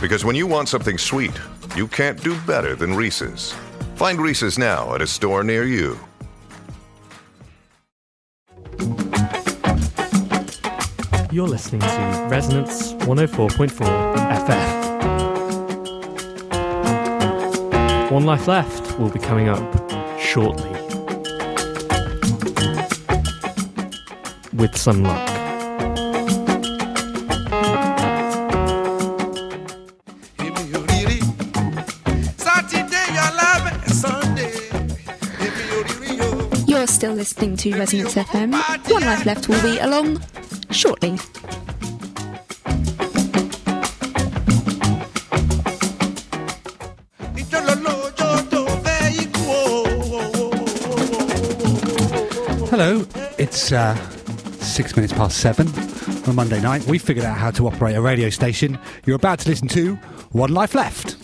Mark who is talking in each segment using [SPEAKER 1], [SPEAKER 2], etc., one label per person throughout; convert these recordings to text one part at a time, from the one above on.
[SPEAKER 1] Because when you want something sweet, you can't do better than Reese's. Find Reese's now at a store near you.
[SPEAKER 2] You're listening to Resonance 104.4 FM. One Life Left will be coming up shortly. With some luck.
[SPEAKER 3] Saturday, I love it. Sunday.
[SPEAKER 4] You're still listening to Resonance FM. One Life Left will be along shortly.
[SPEAKER 5] Hello, it's uh, six minutes past seven on a Monday night. We figured out how to operate a radio station. You're about to listen to One Life Left.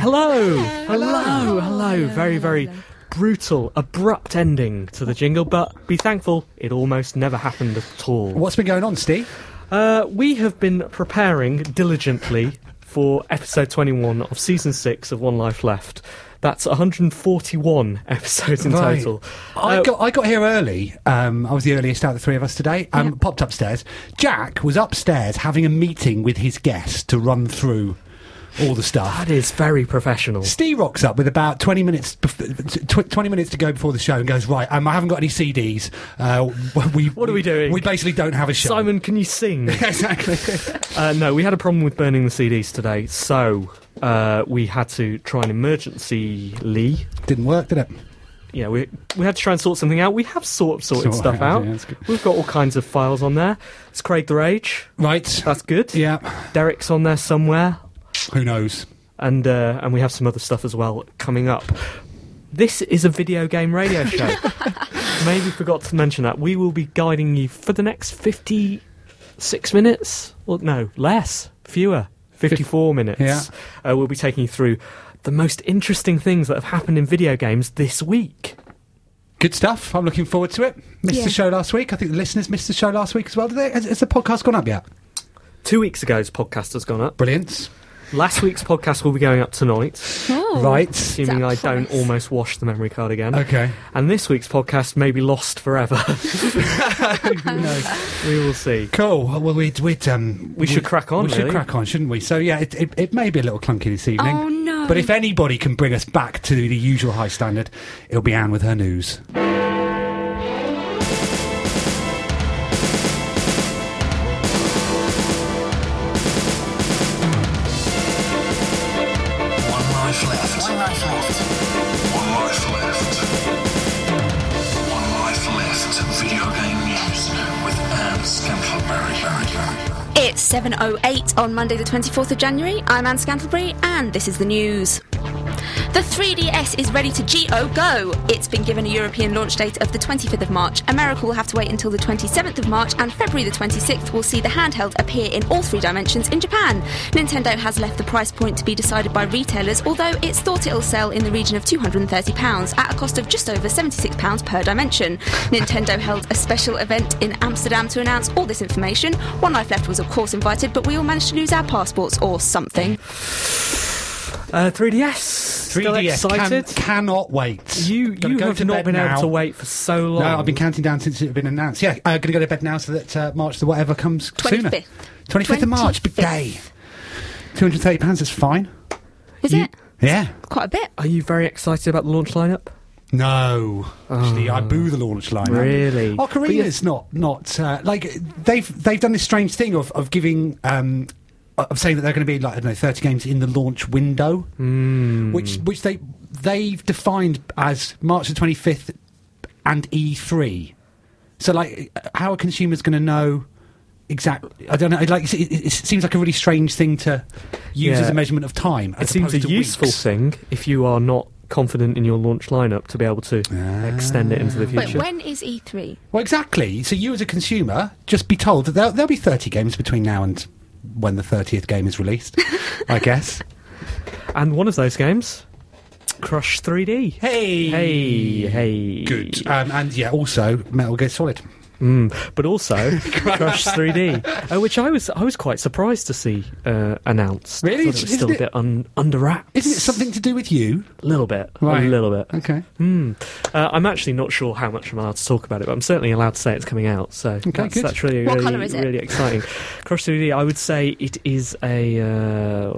[SPEAKER 2] Hello! Hello! Hello! Very, very brutal, abrupt ending to the jingle, but be thankful it almost never happened at all.
[SPEAKER 5] What's been going on, Steve?
[SPEAKER 2] Uh, we have been preparing diligently for episode 21 of season 6 of One Life Left. That's 141 episodes in total.
[SPEAKER 5] I
[SPEAKER 2] Uh,
[SPEAKER 5] got I got here early. Um, I was the earliest out of the three of us today. Um, Popped upstairs. Jack was upstairs having a meeting with his guest to run through all the stuff.
[SPEAKER 2] that is very professional.
[SPEAKER 5] Steve rocks up with about 20 minutes bef- tw- 20 minutes to go before the show and goes, Right, um, I haven't got any CDs. Uh, w- we,
[SPEAKER 2] What are we doing?
[SPEAKER 5] We basically don't have a show.
[SPEAKER 2] Simon, can you sing?
[SPEAKER 5] exactly.
[SPEAKER 2] Uh, no, we had a problem with burning the CDs today, so uh, we had to try and emergencyly.
[SPEAKER 5] Didn't work, did it?
[SPEAKER 2] You know, we we had to try and sort something out. We have sort of sorted
[SPEAKER 5] Sort
[SPEAKER 2] stuff
[SPEAKER 5] out,
[SPEAKER 2] out.
[SPEAKER 5] yeah, that's good.
[SPEAKER 2] We've got all kinds of files on there. It's Craig the Rage.
[SPEAKER 5] Right.
[SPEAKER 2] That's good.
[SPEAKER 5] yeah.
[SPEAKER 2] Derek's on there somewhere,
[SPEAKER 5] Who knows?
[SPEAKER 2] and uh, and we have some other stuff as well coming up. This is a video game radio show. Maybe forgot to mention that we will be guiding you for the next fifty six minutes, or no, less, fewer, fifty four minutes.
[SPEAKER 5] Yeah.
[SPEAKER 2] Uh, we'll be taking you through the most interesting things that have happened in video games this week.
[SPEAKER 5] Good stuff. I'm looking forward to it. Missed
[SPEAKER 4] Yeah.
[SPEAKER 5] the show last week. I think the listeners missed the show last week as well. Did they? Has, has the podcast gone up yet?
[SPEAKER 2] Two weeks ago's podcast has gone up.
[SPEAKER 5] Brilliant.
[SPEAKER 2] Last week's podcast will be going up tonight,
[SPEAKER 4] Oh.
[SPEAKER 5] Right.
[SPEAKER 2] assuming I
[SPEAKER 4] Is that
[SPEAKER 2] don't
[SPEAKER 4] promise?
[SPEAKER 2] almost wash the memory card again.
[SPEAKER 5] Okay.
[SPEAKER 2] And this week's podcast may be lost forever.
[SPEAKER 5] Who knows?
[SPEAKER 2] we will see.
[SPEAKER 5] Cool. Well, we'd, we'd um,
[SPEAKER 2] We should
[SPEAKER 5] we'd-
[SPEAKER 2] crack on,
[SPEAKER 5] We should
[SPEAKER 2] really.
[SPEAKER 5] crack on, shouldn't we? So yeah, it, it, it may be a little clunky this evening.
[SPEAKER 4] Oh, no.
[SPEAKER 5] But if anybody can bring us back to the usual high standard, it'll be Anne with her news.
[SPEAKER 3] One life left. One life left. One life left. One life left. Video game news with Anne Scantleberry.
[SPEAKER 4] It's 7.08 on Monday the 24th of January. I'm Anne Scantlebury and this is the news. The
[SPEAKER 6] The 3DS is ready to GO go. It's been given a European launch date of the 25th of March. America will have to wait until the 27th of March, and February the 26th will see the handheld appear in all three dimensions in Japan. Nintendo has left the price point to be decided by retailers, although it's thought it'll sell in the region of £230 at a cost of just over £76 per dimension. Nintendo held a special event in Amsterdam to announce all this information. One Life Left was, of course, invited, but we all managed to lose our passports or something.
[SPEAKER 2] Uh, 3DS. Still
[SPEAKER 5] 3DS. Can-
[SPEAKER 2] excited?
[SPEAKER 5] cannot wait.
[SPEAKER 2] you
[SPEAKER 5] Gotta
[SPEAKER 2] you
[SPEAKER 5] go
[SPEAKER 2] have
[SPEAKER 5] to
[SPEAKER 2] not
[SPEAKER 5] bed
[SPEAKER 2] been
[SPEAKER 5] now.
[SPEAKER 2] able to wait for so long.
[SPEAKER 5] No, I've been counting down since it had been announced. Yeah, I'm going to go to bed now so that uh, March the whatever comes sooner.
[SPEAKER 6] 25th.
[SPEAKER 5] 25th of March, big day. 230 pounds is fine.
[SPEAKER 6] Is
[SPEAKER 5] You-
[SPEAKER 6] it?
[SPEAKER 5] Yeah.
[SPEAKER 6] Quite a bit.
[SPEAKER 2] Are you very excited about the launch lineup?
[SPEAKER 5] No, actually, I boo the launch line.
[SPEAKER 2] Oh. Really? But
[SPEAKER 5] Ocarina's not not uh, like they've they've done this strange thing of of giving um, of saying that they're going to be like I don't know thirty games in the launch window,
[SPEAKER 2] Hmm.
[SPEAKER 5] which which they they've defined as March the twenty fifth and E three. So like, how are consumers going to know? Exactly. I don't know. Like, it, it, it seems like a really strange thing to use
[SPEAKER 2] Yeah.
[SPEAKER 5] as a measurement of time.
[SPEAKER 2] It
[SPEAKER 5] as
[SPEAKER 2] seems a
[SPEAKER 5] opposed to
[SPEAKER 2] useful
[SPEAKER 5] weeks.
[SPEAKER 2] thing if you are not confident in your launch lineup to be able to
[SPEAKER 5] Ah.
[SPEAKER 2] extend it into the
[SPEAKER 6] But
[SPEAKER 2] future.
[SPEAKER 6] when is E E3?
[SPEAKER 5] Well, exactly. So you, as a consumer, just be told that there'll, there'll be 30 games between now and when the 30th game is released, I guess.
[SPEAKER 2] And one of those games, Crush 3D.
[SPEAKER 5] Hey!
[SPEAKER 2] Hey, hey.
[SPEAKER 5] Good. Um, and yeah, also Metal Gear Solid.
[SPEAKER 2] Mm, but also Crush 3D, uh, which I was I was quite surprised to see uh, announced.
[SPEAKER 5] Really?
[SPEAKER 2] I thought it
[SPEAKER 5] Isn't
[SPEAKER 2] was still
[SPEAKER 5] it-
[SPEAKER 2] a bit un, under wraps.
[SPEAKER 5] Isn't it something to do with you?
[SPEAKER 2] A little bit,
[SPEAKER 5] Right.
[SPEAKER 2] a little bit.
[SPEAKER 5] Okay.
[SPEAKER 2] Hmm. Uh, I'm actually not sure how much I'm allowed to talk about it, but I'm certainly allowed to say it's coming out. So that's,
[SPEAKER 5] good.
[SPEAKER 2] that's really,
[SPEAKER 6] What
[SPEAKER 2] really,
[SPEAKER 6] colour is it?
[SPEAKER 2] really exciting. Crush 3D, I would say it is a. Uh,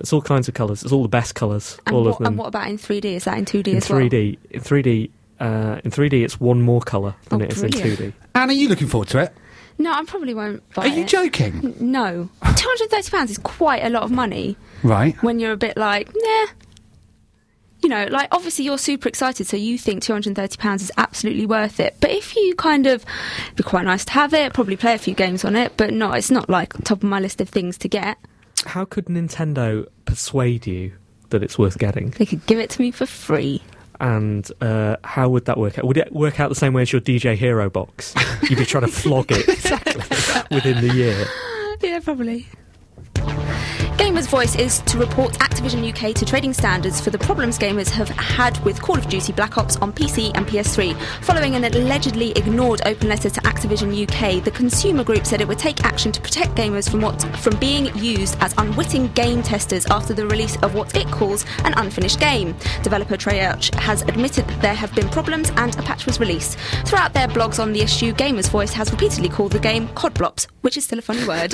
[SPEAKER 2] it's all kinds of colours. It's all the best colours.
[SPEAKER 6] And,
[SPEAKER 2] all
[SPEAKER 6] what,
[SPEAKER 2] of them.
[SPEAKER 6] and what about in 3D? Is that in 2D
[SPEAKER 2] in
[SPEAKER 6] as well?
[SPEAKER 2] 3D, in 3D, uh, in 3D, it's one more colour than
[SPEAKER 6] Oh,
[SPEAKER 2] it is in
[SPEAKER 6] brilliant.
[SPEAKER 2] 2D.
[SPEAKER 5] Anne, are you looking forward to it?
[SPEAKER 6] No, I probably won't buy
[SPEAKER 5] Are you
[SPEAKER 6] it.
[SPEAKER 5] joking?
[SPEAKER 6] No. £230 is quite a lot of money
[SPEAKER 5] Right.
[SPEAKER 6] when you're a bit like, nah. You know, like obviously you're super excited, so you think £230 is absolutely worth it. But if you kind of, it'd be quite nice to have it, probably play a few games on it, but not, it's not like top of my list of things to get.
[SPEAKER 2] How could Nintendo persuade you that it's worth getting?
[SPEAKER 6] They could give it to me for free.
[SPEAKER 2] And uh, how would that work out? Would it work out the same way as your DJ Hero box? You'd be trying to flog it within the year.
[SPEAKER 6] Yeah, probably. Gamers Voice is to report Activision UK to trading standards for the problems gamers have had with Call of Duty Black Ops on PC and PS3. Following an allegedly ignored open letter to Activision UK, the consumer group said it would take action to protect gamers from what from being used as unwitting game testers after the release of what it calls an unfinished game. Developer Treyarch has admitted that there have been problems and a patch was released. Throughout their blogs on the issue, Gamers Voice has repeatedly called the game Codblops, which is still a funny word.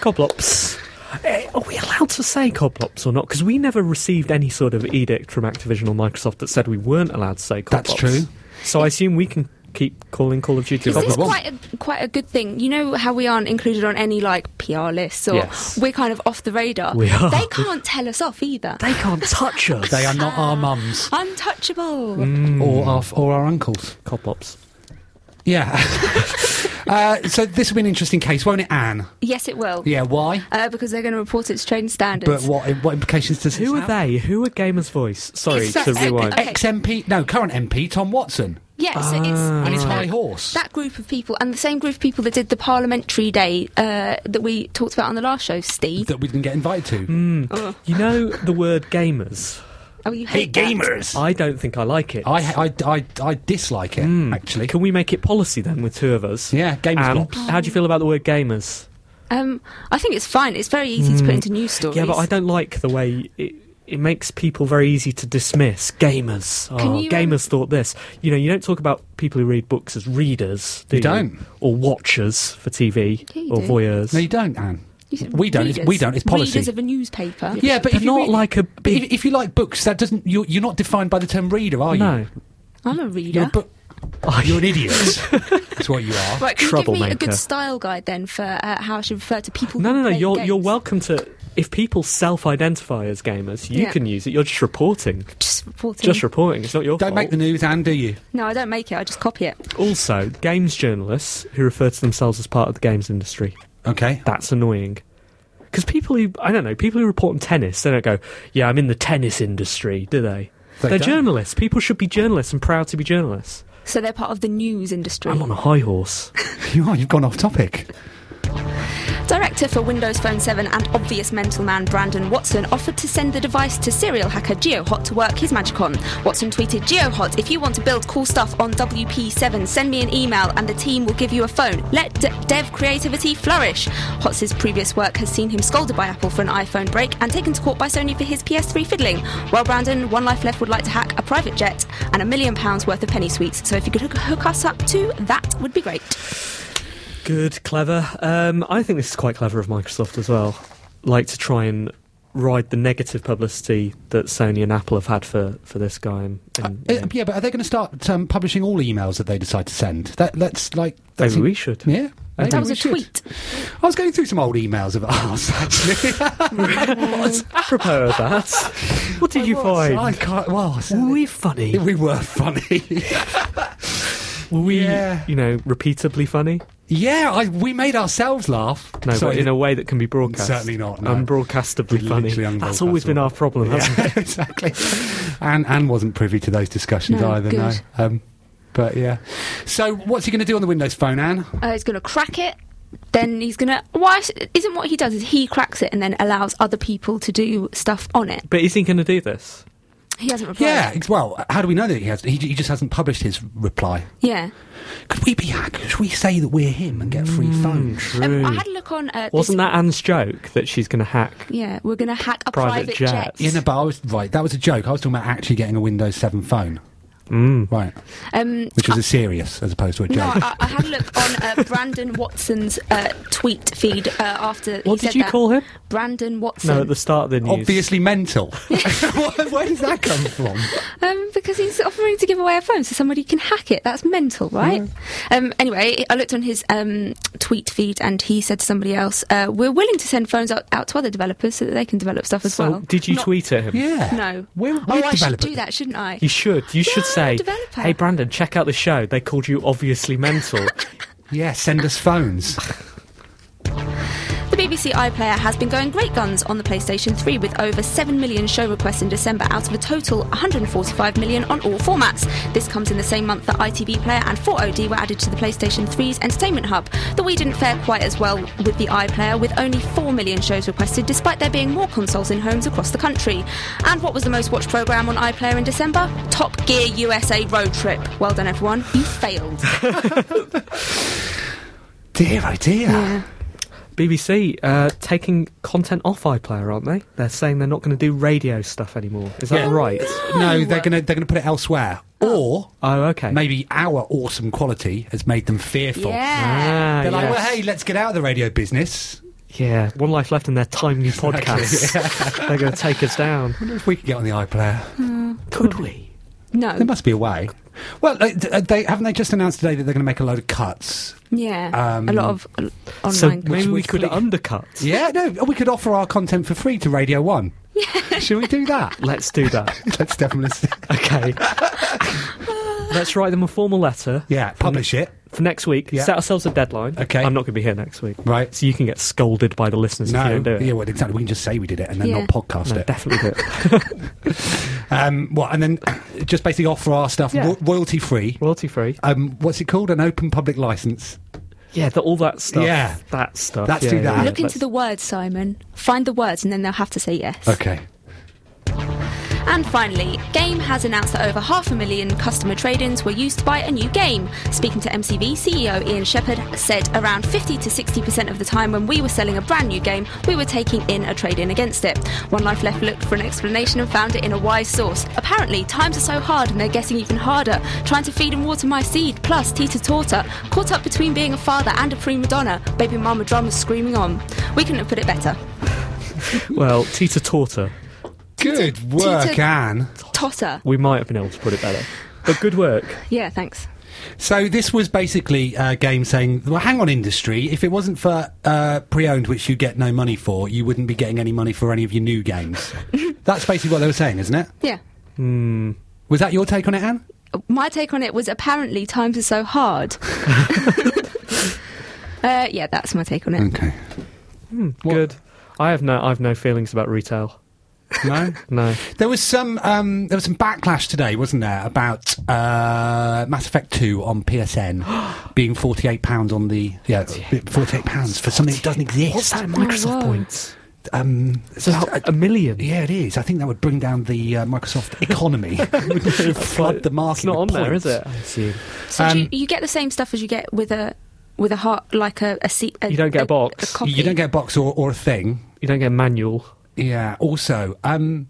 [SPEAKER 2] Coblops. Eh, Are we allowed to say Coblops or not? Because we never received any sort of edict from Activision or Microsoft that said we weren't allowed to say Coblops.
[SPEAKER 5] That's true.
[SPEAKER 2] So I assume we can keep calling Call of Duty
[SPEAKER 6] Is this
[SPEAKER 2] Coblops.
[SPEAKER 6] quite a, quite a good thing? You know how we aren't included on any like PR lists, or
[SPEAKER 2] Yes.
[SPEAKER 6] we're kind of off the radar.
[SPEAKER 2] We are.
[SPEAKER 6] They can't tell us off either.
[SPEAKER 2] They can't touch us.
[SPEAKER 5] They are not our mums
[SPEAKER 6] Untouchable.
[SPEAKER 5] Hmm. or our f- or our uncles.
[SPEAKER 2] Coblops.
[SPEAKER 5] Yeah. uh, so this will be an interesting case, won't it, Anne?
[SPEAKER 6] Yes, it will.
[SPEAKER 5] Yeah. Why?
[SPEAKER 6] Uh, because they're going to report its trading
[SPEAKER 5] But
[SPEAKER 6] standards.
[SPEAKER 5] what what implications does
[SPEAKER 2] Who
[SPEAKER 5] it
[SPEAKER 2] are
[SPEAKER 5] have?
[SPEAKER 2] they? Who are Gamer's Voice? Sorry
[SPEAKER 6] It's that-
[SPEAKER 2] to rewind.
[SPEAKER 6] Okay.
[SPEAKER 5] Ex MP, no, current MP, Tom Watson,
[SPEAKER 6] yeah, so it's,
[SPEAKER 5] and his
[SPEAKER 6] it's
[SPEAKER 5] high
[SPEAKER 6] that,
[SPEAKER 5] horse.
[SPEAKER 6] that group of people, and the same group of people that did the parliamentary day uh, that we talked about on the last show, Steve.
[SPEAKER 5] that we didn't get invited to.
[SPEAKER 2] You know the word gamers?
[SPEAKER 6] oh, you hate that.
[SPEAKER 2] I don't think I like it.
[SPEAKER 5] I, I, I, I dislike it, actually.
[SPEAKER 2] Can we make it policy then with two of us?
[SPEAKER 5] Yeah, gamers
[SPEAKER 2] And
[SPEAKER 5] blocks.
[SPEAKER 2] How do you feel about the word gamers?
[SPEAKER 6] Um, I think it's fine. It's very easy
[SPEAKER 5] Mm.
[SPEAKER 6] to put into news stories.
[SPEAKER 2] Yeah, but I don't like the way it, it makes people very easy to dismiss gamers.
[SPEAKER 6] Can
[SPEAKER 2] Oh,
[SPEAKER 6] you, um,
[SPEAKER 2] gamers thought this. You know, you don't talk about people who read books as readers, do
[SPEAKER 5] You don't.
[SPEAKER 2] Or watchers for TV
[SPEAKER 6] Yeah, you
[SPEAKER 2] or
[SPEAKER 6] do.
[SPEAKER 2] voyeurs.
[SPEAKER 5] No, you don't, Anne.
[SPEAKER 6] You said
[SPEAKER 5] We don't. It's, we
[SPEAKER 6] readers.
[SPEAKER 5] don't. It's policy.
[SPEAKER 6] Readers of a newspaper.
[SPEAKER 5] yeah, but
[SPEAKER 2] But
[SPEAKER 5] if you
[SPEAKER 2] not
[SPEAKER 5] read-
[SPEAKER 2] like a
[SPEAKER 5] but
[SPEAKER 2] big-
[SPEAKER 5] If, if you like books, that doesn't. You're, you're not defined by the term reader, are you?
[SPEAKER 2] No.
[SPEAKER 6] I'm a
[SPEAKER 5] You're,
[SPEAKER 6] reader.
[SPEAKER 5] a book, you're an idiot. That's what you are.
[SPEAKER 6] Right, can you give me a
[SPEAKER 2] Troublemaker.
[SPEAKER 6] good style guide then for uh, how I should refer to people?
[SPEAKER 2] No,
[SPEAKER 6] who
[SPEAKER 2] no, no.
[SPEAKER 6] play
[SPEAKER 2] You're,
[SPEAKER 6] games?
[SPEAKER 2] you're welcome to. If people self identify as gamers, you
[SPEAKER 6] Yeah.
[SPEAKER 2] can use it. You're just reporting.
[SPEAKER 6] Just reporting.
[SPEAKER 2] Just reporting. It's not your
[SPEAKER 5] Don't
[SPEAKER 2] fault.
[SPEAKER 5] make the news, Anne, do you?
[SPEAKER 6] no, I don't make it. I just copy it.
[SPEAKER 2] Also, games journalists who refer to themselves as part of the games industry.
[SPEAKER 5] Okay.
[SPEAKER 2] That's annoying. Because people who I don't know, people who report on tennis, they don't go, "Yeah, I'm in the tennis industry," do they?
[SPEAKER 5] They
[SPEAKER 2] They are
[SPEAKER 5] don't.
[SPEAKER 2] journalists. People should be journalists and proud to be journalists.
[SPEAKER 6] So they're part of the news industry.
[SPEAKER 2] I'm on a high horse.
[SPEAKER 5] You are. You've gone off topic.
[SPEAKER 6] Director for Windows Phone 7 and obvious mental man Brandon Watson offered to send the device to serial hacker GeoHot to work his magic on. Watson tweeted, GeoHot, if you want to build cool stuff on WP7, send me an email and the team will give you a phone. Let de- dev creativity flourish. Hotz's previous work has seen him scolded by Apple for an iPhone break and taken to court by Sony for his PS3 fiddling. While Brandon, One Life Left would like to hack a private jet and a million pounds worth of penny sweets, so if you could hook, hook us up too, that would be great.
[SPEAKER 2] Good, clever. Um, I think this is quite clever of Microsoft as well. Like to try and ride the negative publicity that Sony and Apple have had for, for this guy. And, and,
[SPEAKER 5] Uh,
[SPEAKER 2] yeah.
[SPEAKER 5] yeah, but are they going to start um, publishing all emails that they decide to send? That let's like.
[SPEAKER 2] Maybe
[SPEAKER 5] that's in-
[SPEAKER 2] we should.
[SPEAKER 5] Yeah. maybe
[SPEAKER 6] That was
[SPEAKER 5] we
[SPEAKER 6] a
[SPEAKER 5] should.
[SPEAKER 6] tweet.
[SPEAKER 5] I was going through some old emails of ours actually.
[SPEAKER 2] Apropos of that, what did you
[SPEAKER 5] I
[SPEAKER 2] find?
[SPEAKER 5] can't. Well, I said
[SPEAKER 2] Were we
[SPEAKER 5] it-
[SPEAKER 2] funny?
[SPEAKER 5] we were funny.
[SPEAKER 2] Were we,
[SPEAKER 5] Yeah.
[SPEAKER 2] you know, repeatably funny?
[SPEAKER 5] yeah, I, we made ourselves laugh.
[SPEAKER 2] No,
[SPEAKER 5] Sorry,
[SPEAKER 2] but in a way that can be broadcast.
[SPEAKER 5] Certainly not, no.
[SPEAKER 2] Unbroadcastably
[SPEAKER 5] Literally
[SPEAKER 2] funny. That's always been our
[SPEAKER 5] unbroadcastable.
[SPEAKER 2] problem, hasn't it?
[SPEAKER 5] Yeah, exactly. And Anne wasn't privy to those discussions
[SPEAKER 6] No,
[SPEAKER 5] either.
[SPEAKER 6] good.
[SPEAKER 5] No. Um, but yeah. So what's he going to do on the Windows Phone, Anne?
[SPEAKER 6] uh, he's going to crack it. Then he's going to. Why s- isn't what he does is he cracks it and then allows other people to do stuff on it?
[SPEAKER 2] But is he going to do this?
[SPEAKER 6] He hasn't replied.
[SPEAKER 5] Yeah. it's- Well, how do we know that he has? He, he just hasn't published his reply.
[SPEAKER 6] yeah.
[SPEAKER 5] Could we be hackers? Should we say that we're him and get free
[SPEAKER 2] Mm.
[SPEAKER 5] phones?
[SPEAKER 6] Um, I had a look on. Uh,
[SPEAKER 2] Wasn't
[SPEAKER 6] this-
[SPEAKER 2] that Anne's joke that she's going to hack?
[SPEAKER 6] Yeah, we're going to hack a private,
[SPEAKER 2] Private
[SPEAKER 6] jet.
[SPEAKER 2] jet.
[SPEAKER 5] Yeah, no, but I was right. That was a joke. I was talking about actually getting a Windows Seven phone. Mm. Right.
[SPEAKER 6] Um,
[SPEAKER 5] Which was a serious as opposed to a joke.
[SPEAKER 6] no, I, I had a look on uh, Brandon Watson's uh, tweet feed uh, after. he
[SPEAKER 2] What did
[SPEAKER 6] said
[SPEAKER 2] you
[SPEAKER 6] that.
[SPEAKER 2] call him?
[SPEAKER 6] Brandon Watson.
[SPEAKER 2] No, at the start of the news.
[SPEAKER 5] Obviously mental. where, where does that come from?
[SPEAKER 6] Um, because he's offering to give away a phone so somebody can hack it. That's mental, right? Um, anyway, I looked on his um, tweet feed and he said to somebody else, uh, We're willing to send phones out, out to other developers so that they can develop stuff as
[SPEAKER 2] So,
[SPEAKER 6] well.
[SPEAKER 2] did you
[SPEAKER 6] Not-
[SPEAKER 2] tweet at him?
[SPEAKER 5] Yeah.
[SPEAKER 6] No.
[SPEAKER 5] We're, we're
[SPEAKER 6] oh, I should
[SPEAKER 5] developers.
[SPEAKER 6] do that, shouldn't I?
[SPEAKER 2] You should. You should
[SPEAKER 6] Yeah,
[SPEAKER 2] say,
[SPEAKER 6] developer.
[SPEAKER 2] "Hey, Brandon, check out the show. They called you obviously mental."
[SPEAKER 5] Yeah, send us phones.
[SPEAKER 6] The BBC iPlayer has been going great guns on the PlayStation 3 with over 7 million show requests in December out of a total 145 million on all formats. This comes in the same month that ITV Player and 4OD were added to the PlayStation 3's entertainment hub. The Wii didn't fare quite as well with the iPlayer with only 4 million shows requested despite there being more consoles in homes across the country. And what was the most watched program on iPlayer in December? Top Gear USA Road Trip. Well done everyone, you failed.
[SPEAKER 5] dear, oh dear.
[SPEAKER 2] BBC uh, taking content off iPlayer, aren't they? They're saying they're not going to do radio stuff anymore. Is that
[SPEAKER 5] Yeah.
[SPEAKER 2] right?
[SPEAKER 6] Oh,
[SPEAKER 5] No, they're gonna they're gonna put it elsewhere, or
[SPEAKER 2] Oh, okay.
[SPEAKER 5] maybe our awesome quality has made them
[SPEAKER 6] Yeah.
[SPEAKER 5] fearful.
[SPEAKER 2] Ah,
[SPEAKER 5] They're like,
[SPEAKER 2] yes.
[SPEAKER 5] well, hey, let's get out of the radio business.
[SPEAKER 2] Yeah, one life left in their timely podcasts. They're going to take us down.
[SPEAKER 5] I wonder if we could get on the iPlayer.
[SPEAKER 2] Could we?
[SPEAKER 6] No.
[SPEAKER 5] There must be a way. Well, they, uh, they haven't they just announced today that they're going to make a load of cuts.
[SPEAKER 6] Yeah.
[SPEAKER 5] Um,
[SPEAKER 6] a lot of uh, online
[SPEAKER 2] So
[SPEAKER 6] content.
[SPEAKER 2] maybe we
[SPEAKER 5] which
[SPEAKER 2] could
[SPEAKER 5] fleet?
[SPEAKER 2] undercut.
[SPEAKER 5] Yeah, no, we could offer our content for free to Radio One. Should we do that?
[SPEAKER 2] Let's do that.
[SPEAKER 5] Let's definitely.
[SPEAKER 2] Okay. Let's write them a formal letter.
[SPEAKER 5] Yeah, publish it.
[SPEAKER 2] for next week.
[SPEAKER 5] Yeah.
[SPEAKER 2] Set ourselves a deadline.
[SPEAKER 5] Okay.
[SPEAKER 2] I'm not going to be here next week.
[SPEAKER 5] Right.
[SPEAKER 2] So you can get scolded by the listeners if you
[SPEAKER 5] No,
[SPEAKER 2] don't do it.
[SPEAKER 5] yeah, well, exactly. We can just say we did it and then
[SPEAKER 6] Yeah.
[SPEAKER 5] not podcast
[SPEAKER 2] no,
[SPEAKER 5] it.
[SPEAKER 2] definitely do it.
[SPEAKER 5] Um, well, and then just basically offer our stuff
[SPEAKER 2] Yeah.
[SPEAKER 5] ro- royalty free.
[SPEAKER 2] Royalty free.
[SPEAKER 5] Um, what's it called? An open public license.
[SPEAKER 2] Yeah, the, all that stuff.
[SPEAKER 5] Yeah.
[SPEAKER 2] That stuff.
[SPEAKER 5] Let's
[SPEAKER 2] yeah,
[SPEAKER 5] do
[SPEAKER 2] yeah,
[SPEAKER 5] that.
[SPEAKER 2] yeah.
[SPEAKER 6] Look into
[SPEAKER 2] Let's-
[SPEAKER 6] the words, Simon. Find the words, and then they'll have to say yes.
[SPEAKER 5] Okay.
[SPEAKER 6] And finally, Game has announced that over half a million customer trade ins were used to buy a new game. Speaking to MCV, CEO E Ian Shepherd said around 50 to 60% of the time when we were selling a brand new game, we were taking in a trade in against it. One Life Left looked for an explanation and found it in a wise source. Apparently, times are so hard and they're getting even harder. Trying to feed and water my seed, plus Tita Torta, caught up between being a father and a prima donna, baby mama drama screaming on. We couldn't have put it better.
[SPEAKER 2] Well, Tita Torta.
[SPEAKER 5] Good work,
[SPEAKER 6] Tita-
[SPEAKER 5] Anne.
[SPEAKER 6] Totter.
[SPEAKER 2] We might have been able to put it better. But good work.
[SPEAKER 6] Yeah, thanks.
[SPEAKER 5] So this was basically a game saying, well, hang on, industry. If it wasn't for uh, pre-owned, which you get no money for, you wouldn't be getting any money for any of your new games. That's basically what they were saying, isn't it?
[SPEAKER 6] Yeah.
[SPEAKER 5] Was that your take on it, Anne?
[SPEAKER 6] my take on it was apparently times are so hard.
[SPEAKER 5] Mm.
[SPEAKER 6] uh, yeah, that's my take on it.
[SPEAKER 5] Okay.
[SPEAKER 2] Good. I have no, I've no feelings about retail.
[SPEAKER 5] No,
[SPEAKER 2] No.
[SPEAKER 5] there was some um, there was some backlash today, wasn't there, about uh, Mass Effect Two on PSN being forty eight pounds on the yeah forty eight pounds for something that doesn't exist.
[SPEAKER 2] What's that in Microsoft
[SPEAKER 6] word.
[SPEAKER 2] points?
[SPEAKER 5] Um,
[SPEAKER 2] It's about a million.
[SPEAKER 5] yeah, it is. I think that would bring down the uh, Microsoft economy, flood the market.
[SPEAKER 2] It's not on
[SPEAKER 5] with
[SPEAKER 2] there, is
[SPEAKER 5] points.
[SPEAKER 2] it? I assume.
[SPEAKER 6] So do you,
[SPEAKER 5] Um,
[SPEAKER 6] you get the same stuff as you get with a with a heart like a a seat.
[SPEAKER 2] You don't get a box.
[SPEAKER 6] A copy.
[SPEAKER 5] You don't get a box or, or a thing.
[SPEAKER 2] You don't get a manual.
[SPEAKER 5] Yeah. Also, um,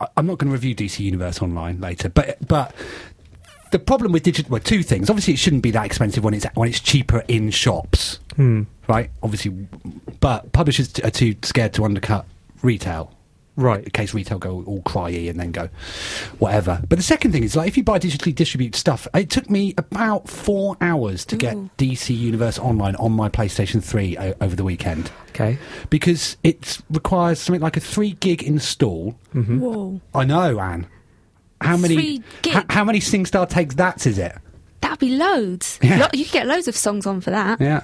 [SPEAKER 5] I- I'm not going to review DC Universe online later, but but the problem with digital well, two things. Obviously, it shouldn't be that expensive when it's when it's cheaper in shops, right? Obviously, but publishers t- are too scared to undercut retail. In
[SPEAKER 2] Right.
[SPEAKER 5] case retail go all cryy and then go whatever. But the second thing is like if you buy digitally distributed stuff, it took me about four hours to get DC Universe Online on my PlayStation Three o- over the weekend
[SPEAKER 2] Okay.
[SPEAKER 5] because it requires something like a three gig install.
[SPEAKER 6] Whoa,
[SPEAKER 5] I know, Anne. How many?
[SPEAKER 6] Three gig?
[SPEAKER 5] ho- how many SingStar takes that? Is it?
[SPEAKER 6] that'd be loads.
[SPEAKER 5] Yeah.
[SPEAKER 6] Lo- you could get loads of songs on for that.
[SPEAKER 5] Yeah.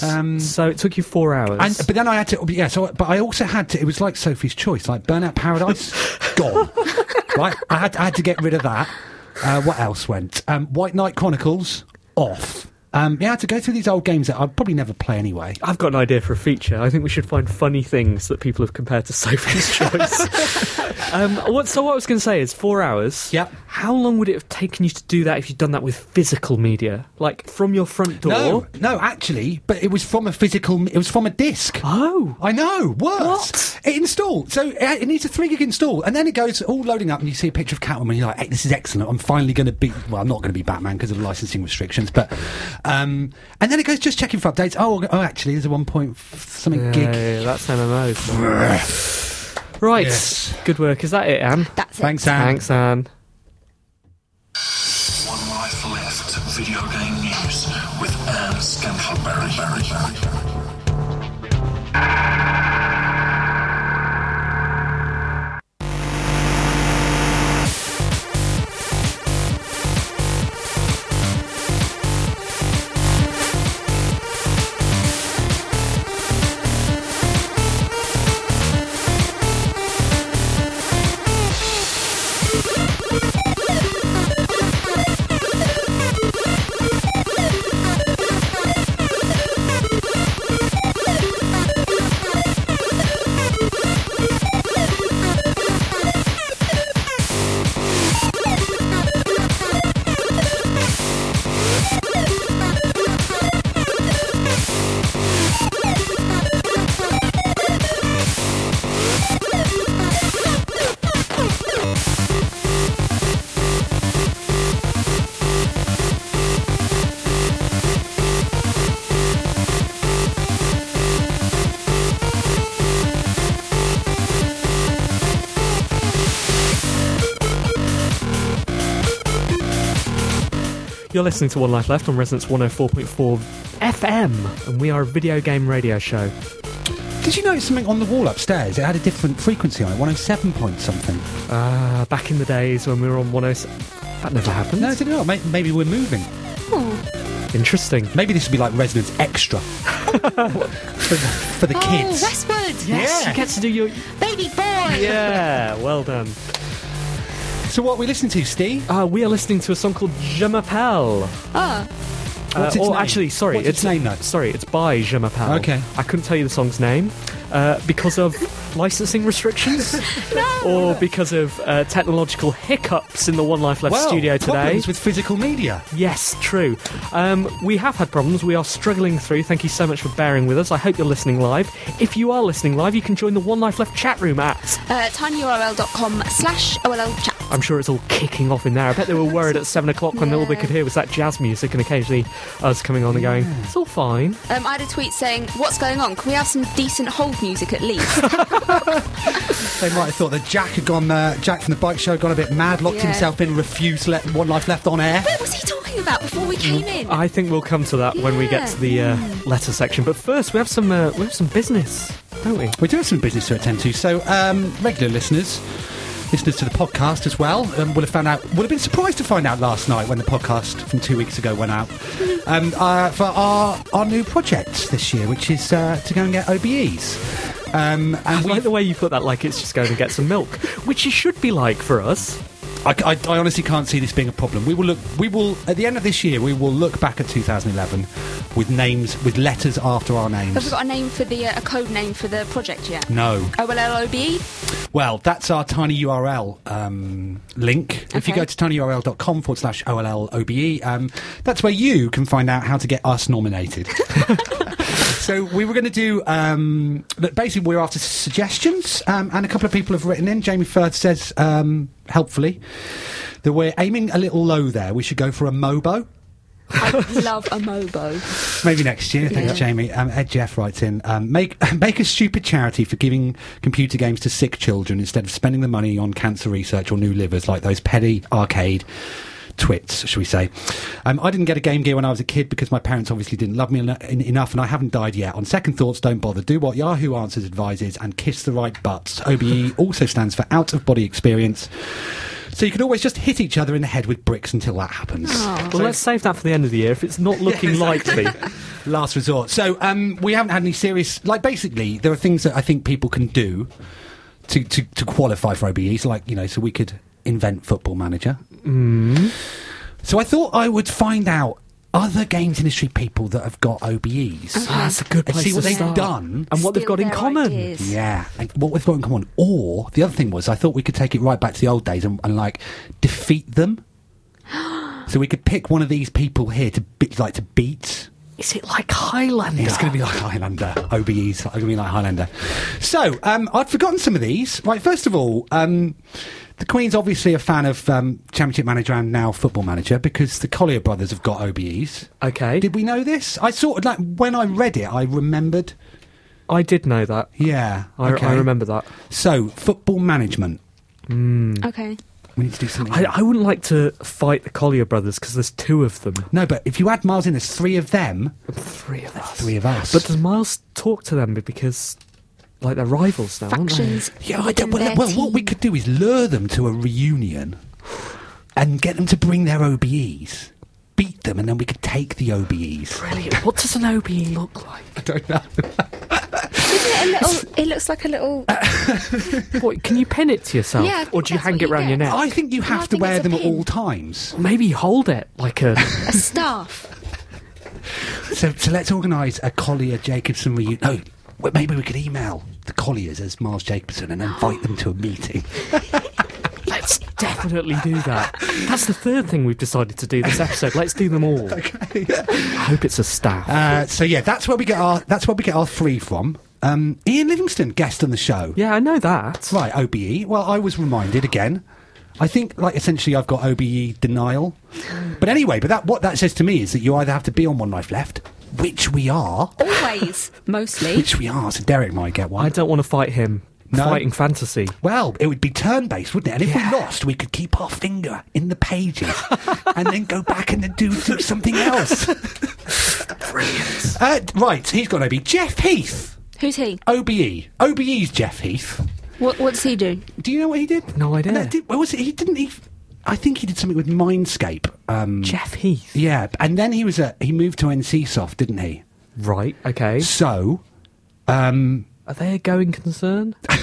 [SPEAKER 5] Um,
[SPEAKER 2] So it took you four hours.
[SPEAKER 5] and, but then I had to, yeah. So, but I also had to. It was like Sophie's Choice, like Burnout Paradise, gone. Right, I had, I had to get rid of that. Uh, what else went? Um, White Knight Chronicles off. Um, yeah, I had to go through these old games that I'd probably never play anyway.
[SPEAKER 2] I've got an idea for a feature. I think we should find funny things that people have compared to Sophie's Choice. um, what, so what I was going to say is four hours.
[SPEAKER 5] Yep.
[SPEAKER 2] How long would it have taken you to do that if you'd done that with physical media, like from your front door?
[SPEAKER 5] No, no, actually, but it was from a physical. It was from a disc.
[SPEAKER 2] Oh.
[SPEAKER 5] I know. Worse.
[SPEAKER 2] What?
[SPEAKER 5] It installed. So it, it needs a three gig install, and then it goes all loading up, and you see a picture of Catwoman. And you're like, hey, "This is excellent. I'm finally going to be. Well, I'm not going to be Batman because of the licensing restrictions, but." Um, and then it goes just checking for updates. Oh, oh, actually, there's a one point something
[SPEAKER 2] Yeah,
[SPEAKER 5] gig.
[SPEAKER 2] yeah, that's MMOs. right.
[SPEAKER 5] Yes.
[SPEAKER 2] Good work. Is that it, Anne?
[SPEAKER 6] That's it.
[SPEAKER 5] Thanks, Anne.
[SPEAKER 2] Thanks, Anne.
[SPEAKER 3] One Life Left Video Game News with Anne Scantleberry.
[SPEAKER 2] You're listening to One oh Life Left on Resonance 104.4 FM, and we are a video game radio show.
[SPEAKER 5] Did you notice something on the wall upstairs? It had a different frequency on it, 107 point something.
[SPEAKER 2] Uh, back in the days when we were on 107. That never happened.
[SPEAKER 5] No, did it not? May- Maybe we're moving.
[SPEAKER 2] Interesting.
[SPEAKER 5] Maybe this would be like Resonance Extra for the, for the kids.
[SPEAKER 6] Oh, Westwood,
[SPEAKER 5] Yes.
[SPEAKER 2] You get to do your.
[SPEAKER 6] baby boy.
[SPEAKER 2] Yeah, well done.
[SPEAKER 5] So what are we listening to, Steve?
[SPEAKER 2] Uh, we are listening to a song called Je m'appelle.
[SPEAKER 6] Ah,
[SPEAKER 2] Uh,
[SPEAKER 5] What's its
[SPEAKER 2] or
[SPEAKER 5] name?
[SPEAKER 2] actually, sorry,
[SPEAKER 5] What's oh, its name, though?
[SPEAKER 2] Sorry, it's by Je m'appelle.
[SPEAKER 5] Okay.
[SPEAKER 2] I couldn't tell you the song's name uh, because of licensing restrictions, or because of uh, technological hiccups in the One Life Left
[SPEAKER 5] Well,
[SPEAKER 2] studio today.
[SPEAKER 5] problems with physical media.
[SPEAKER 2] Yes, true. Um, we have had problems. We are struggling through. Thank you so much for bearing with us. I hope you're listening live. If you are listening live, you can join the One Life Left chat room at.
[SPEAKER 6] uh, tinyurl.com slash OLL chat.
[SPEAKER 2] I'm sure it's all kicking off in there. I bet they were worried at seven o'clock when all they could hear was that jazz music and occasionally us coming on and going, it's all fine.
[SPEAKER 6] Um, I had a tweet saying, "What's going on? Can we have some decent hold music at least?"
[SPEAKER 5] They might have thought that Jack had gone, uh, Jack from the bike show, had gone a bit mad, locked
[SPEAKER 6] Yeah.
[SPEAKER 5] himself in, refused to let One Life Left on air.
[SPEAKER 6] what was he talking about before we came in?
[SPEAKER 2] I think we'll come to that when we get to the uh, letter section. But first, we have some uh, we have some business, don't we?
[SPEAKER 5] We do have some business to attend to, so um, regular listeners, listeners to the podcast as well, um, will have found out, will have been surprised to find out last night when the podcast from two weeks ago went out um, uh, for our, our new project this year, which is uh, to go and get OBEs. Um,
[SPEAKER 2] I
[SPEAKER 5] and we,
[SPEAKER 2] like the way you put that, like it's just going to get some milk, which it should be like for us.
[SPEAKER 5] I, I, I honestly can't see this being a problem. We will look. We will at the end of this year. We will look back at 2011 with names with letters after our
[SPEAKER 6] Have we
[SPEAKER 5] names.
[SPEAKER 6] got a name for the uh, a code name for the project yet? Oh,
[SPEAKER 5] No.
[SPEAKER 6] OLLOBE?
[SPEAKER 5] Well, that's our tiny URL um, link. If you
[SPEAKER 6] Okay.
[SPEAKER 5] go to tinyurl.com forward slash OLLOBE, um, that's where you can find out how to get us nominated. so we were going to do, um, look, basically, we're after suggestions, um, and a couple of people have written in. Jamie Firth says, um, helpfully, that we're aiming a little low there. We should go for a MOBO.
[SPEAKER 6] I love a MOBO.
[SPEAKER 5] Maybe next year. Thanks,
[SPEAKER 6] Yeah.
[SPEAKER 5] Jamie. Um, Ed Jeff writes in: um, make make a stupid charity for giving computer games to sick children instead of spending the money on cancer research or new livers like those petty arcade twits, shall we say? Um, I didn't get a Game Gear when I was a kid because my parents obviously didn't love me en- en- enough, and I haven't died yet. On second thoughts, don't bother. Do what Yahoo Answers advises and kiss the right butts. OBE also stands for out of body experience. So you can always just hit each other in the head with bricks until that happens.
[SPEAKER 2] Well, let's save that for the end of the year if it's not looking likely.
[SPEAKER 5] last resort. So um, we haven't had any serious. Like basically, there are things that I think people can do to to, to qualify for OBEs. Like you know, so we could invent Football Manager. Mm.
[SPEAKER 2] Mm-hmm.
[SPEAKER 5] So I thought I would find out other games industry people that have got OBEs.
[SPEAKER 2] Ah, That's a good
[SPEAKER 5] And
[SPEAKER 2] place
[SPEAKER 5] see what
[SPEAKER 2] to
[SPEAKER 5] they've
[SPEAKER 2] start.
[SPEAKER 5] done.
[SPEAKER 2] and what they've
[SPEAKER 6] Steal
[SPEAKER 2] got in
[SPEAKER 6] their
[SPEAKER 2] common.
[SPEAKER 6] ideas.
[SPEAKER 5] Yeah, and what we've got in common. Or the other thing was, I thought we could take it right back to the old days and, and like defeat them. So we could pick one of these people here to be, like to beat.
[SPEAKER 2] Is it like Highlander?
[SPEAKER 5] It's going to be like Highlander. OBEs are going to be like Highlander. So, um, I'd forgotten some of these. Right, first of all, um, the Queen's obviously a fan of um, Championship Manager and now Football Manager because the Collier brothers have got OBEs.
[SPEAKER 2] Okay.
[SPEAKER 5] Did we know this? I sort of like when I read it, I remembered.
[SPEAKER 2] I did know that.
[SPEAKER 5] Yeah,
[SPEAKER 2] I,
[SPEAKER 5] okay.
[SPEAKER 2] I remember that.
[SPEAKER 5] So, football management.
[SPEAKER 6] Okay.
[SPEAKER 5] We need to do something.
[SPEAKER 2] I, I wouldn't like to fight the Collier brothers because there's two of them.
[SPEAKER 5] no, but if you add Miles in, there's three of them.
[SPEAKER 2] Three of us.
[SPEAKER 5] Three of us.
[SPEAKER 2] But does Miles talk to them because, like, they're rivals now,
[SPEAKER 6] Factions.
[SPEAKER 5] Yeah, I don't.
[SPEAKER 6] within
[SPEAKER 5] Well,
[SPEAKER 6] their
[SPEAKER 5] well what we
[SPEAKER 6] team.
[SPEAKER 5] could do is lure them to a reunion and get them to bring their OBEs, beat them, and then we could take the OBEs.
[SPEAKER 2] aren't they? Brilliant. What does an OBE look like?
[SPEAKER 5] I don't know.
[SPEAKER 6] Isn't it a little. It looks like a little.
[SPEAKER 2] What, can you pin it to yourself?
[SPEAKER 6] Yeah, I think
[SPEAKER 2] or do you
[SPEAKER 6] that's
[SPEAKER 2] hang
[SPEAKER 6] what
[SPEAKER 2] it
[SPEAKER 6] you
[SPEAKER 2] round your
[SPEAKER 6] get.
[SPEAKER 2] neck?
[SPEAKER 5] I think you
[SPEAKER 6] No,
[SPEAKER 5] have
[SPEAKER 6] I
[SPEAKER 5] to
[SPEAKER 6] think
[SPEAKER 5] wear
[SPEAKER 6] it's a
[SPEAKER 5] them at
[SPEAKER 6] pin.
[SPEAKER 5] all times.
[SPEAKER 2] Maybe hold it like um, a.
[SPEAKER 6] a staff.
[SPEAKER 5] So, so let's organise a Collier Jacobson reunion. No, well, maybe we could email the Colliers as Miles Jacobson and invite them to a meeting.
[SPEAKER 2] Let's definitely do that. That's the third thing we've decided to do this episode. Let's do them all. I hope it's a staff.
[SPEAKER 5] Uh, so yeah, that's where we get our that's where we get our three from. Um, Ian Livingston, guest on the show.
[SPEAKER 2] yeah, I know that.
[SPEAKER 5] Right, OBE. Well, I was reminded again. I think, like, essentially, I've got OBE denial. But anyway, but that what that says to me is that you either have to be on One Life Left, which we are,
[SPEAKER 6] Always. Mostly.
[SPEAKER 5] which we are. So Derek might get
[SPEAKER 2] I
[SPEAKER 5] one.
[SPEAKER 2] don't want to fight him.
[SPEAKER 5] No.
[SPEAKER 2] Fighting fantasy.
[SPEAKER 5] Well, it would be turn based, wouldn't it? And if we lost, we could keep our finger in the pages and then go back and then do, do something else.
[SPEAKER 2] Brilliant.
[SPEAKER 5] Uh, right, he's got OBE. Jeff Heath,
[SPEAKER 6] Who's he?
[SPEAKER 5] OBE. OBE's Jeff Heath.
[SPEAKER 6] What, what does he do?
[SPEAKER 5] Do you know what he did?
[SPEAKER 2] No idea.
[SPEAKER 5] No, did, what was it? He didn't. He, I think he did something with Mindscape. Um,
[SPEAKER 2] Jeff Heath.
[SPEAKER 5] Yeah, and then he was a he moved to NCSoft, didn't he?
[SPEAKER 2] Right, okay.
[SPEAKER 5] So, um,
[SPEAKER 2] Are they a going concern? I'm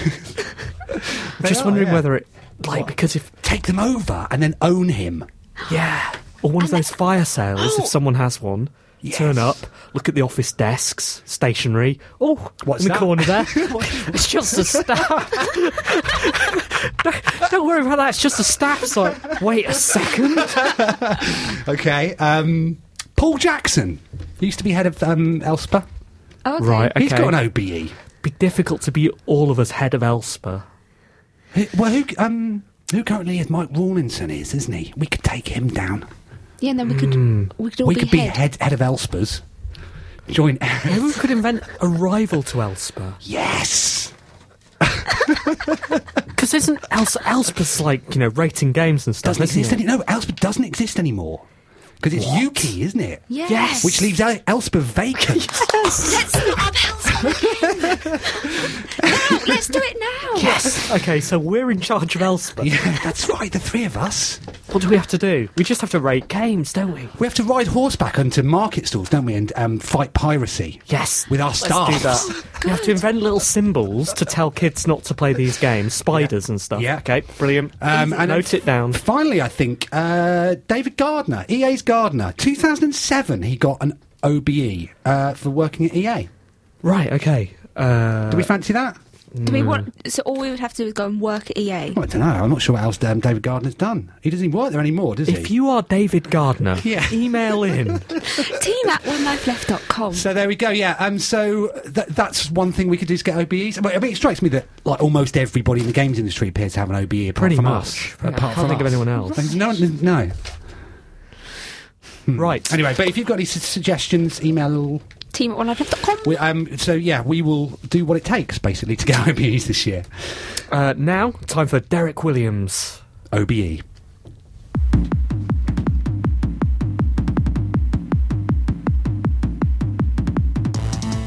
[SPEAKER 2] just
[SPEAKER 5] are,
[SPEAKER 2] wondering
[SPEAKER 5] yeah.
[SPEAKER 2] whether it. Like, because if.
[SPEAKER 5] take them over and then own him.
[SPEAKER 2] Yeah. Or one of those fire sales, if someone has one. Turn up, look at the office desks, stationery. Oh,
[SPEAKER 5] What's
[SPEAKER 2] in the
[SPEAKER 5] that?
[SPEAKER 2] corner there? it's just a staff. don't, don't worry about that. It's just a staff. It's like, wait a second.
[SPEAKER 5] Okay, um, Paul Jackson he used to be head of um, Elspa.
[SPEAKER 6] Oh, okay.
[SPEAKER 2] Right.
[SPEAKER 5] He's
[SPEAKER 2] Okay.
[SPEAKER 5] got an E. OBE.
[SPEAKER 2] Be difficult to be all of us head of Elspa.
[SPEAKER 5] Who- Well, who um, who currently is Mike Rawlinson is, isn't he? We could take him down.
[SPEAKER 6] Yeah, and then we could we could all
[SPEAKER 5] Hmm. we
[SPEAKER 6] be,
[SPEAKER 5] could be
[SPEAKER 6] head.
[SPEAKER 5] head head of Elspa's. Join.
[SPEAKER 2] Everyone could invent a rival to Elspa.
[SPEAKER 5] yes.
[SPEAKER 2] Because isn't Els- Elspa's like, you know, rating games and stuff?
[SPEAKER 5] Doesn't
[SPEAKER 2] isn't
[SPEAKER 5] exist
[SPEAKER 2] it?
[SPEAKER 5] any. No, Elspa doesn't exist anymore because it's Yuki, isn't it?
[SPEAKER 6] Yes.
[SPEAKER 2] Yes.
[SPEAKER 5] Which leaves El- Elspeth vacant.
[SPEAKER 6] Let's not have Hell's now, let's do it now.
[SPEAKER 2] Yes. Okay, so we're in charge of Elspeth.
[SPEAKER 5] Yeah, that's right. The three of us.
[SPEAKER 2] What do we have to do? We just have to rate games, don't we?
[SPEAKER 5] We have to ride horseback onto market stalls, don't we? And um, fight piracy.
[SPEAKER 2] Yes.
[SPEAKER 5] With our
[SPEAKER 2] Let's
[SPEAKER 5] staff.
[SPEAKER 2] do that. We have to invent little symbols to tell kids not to play these games, spiders and stuff.
[SPEAKER 5] Yeah.
[SPEAKER 2] Okay, brilliant.
[SPEAKER 5] Um, and
[SPEAKER 2] Note it down.
[SPEAKER 5] Finally, I think uh, David Gardner, E EA's Gardner, 2007, he got an OBE uh, for working at EA.
[SPEAKER 2] Right, okay. Uh,
[SPEAKER 5] Do we fancy that?
[SPEAKER 6] Do we
[SPEAKER 5] Hmm.
[SPEAKER 6] want? So all we would have to do is go and work at E EA.
[SPEAKER 5] Well, I don't know. I'm not sure what else um, David Gardner's done. He doesn't even work there anymore, does
[SPEAKER 2] if
[SPEAKER 5] he?
[SPEAKER 2] you are David Gardner,
[SPEAKER 5] Yeah.
[SPEAKER 2] email in.
[SPEAKER 6] Team at onelifeleft.com.
[SPEAKER 5] So there we go. Yeah. Um. So th- that's one thing we could do is get OBEs. Well, I mean, it strikes me that like almost everybody in the games industry appears to have an OBE apart
[SPEAKER 2] Pretty
[SPEAKER 5] from
[SPEAKER 2] much.
[SPEAKER 5] us.
[SPEAKER 2] Yeah, I
[SPEAKER 5] apart
[SPEAKER 2] can't
[SPEAKER 5] from
[SPEAKER 2] think of
[SPEAKER 5] us.
[SPEAKER 2] anyone else.
[SPEAKER 5] There's No, no.
[SPEAKER 2] right.
[SPEAKER 5] Anyway, but if you've got any su- suggestions, email.
[SPEAKER 6] Team at onelifeleft.com.
[SPEAKER 5] We, um. So yeah, we will do what it takes basically to get OBEs this year.
[SPEAKER 2] Uh, now, time for Derek Williams.
[SPEAKER 5] OBE.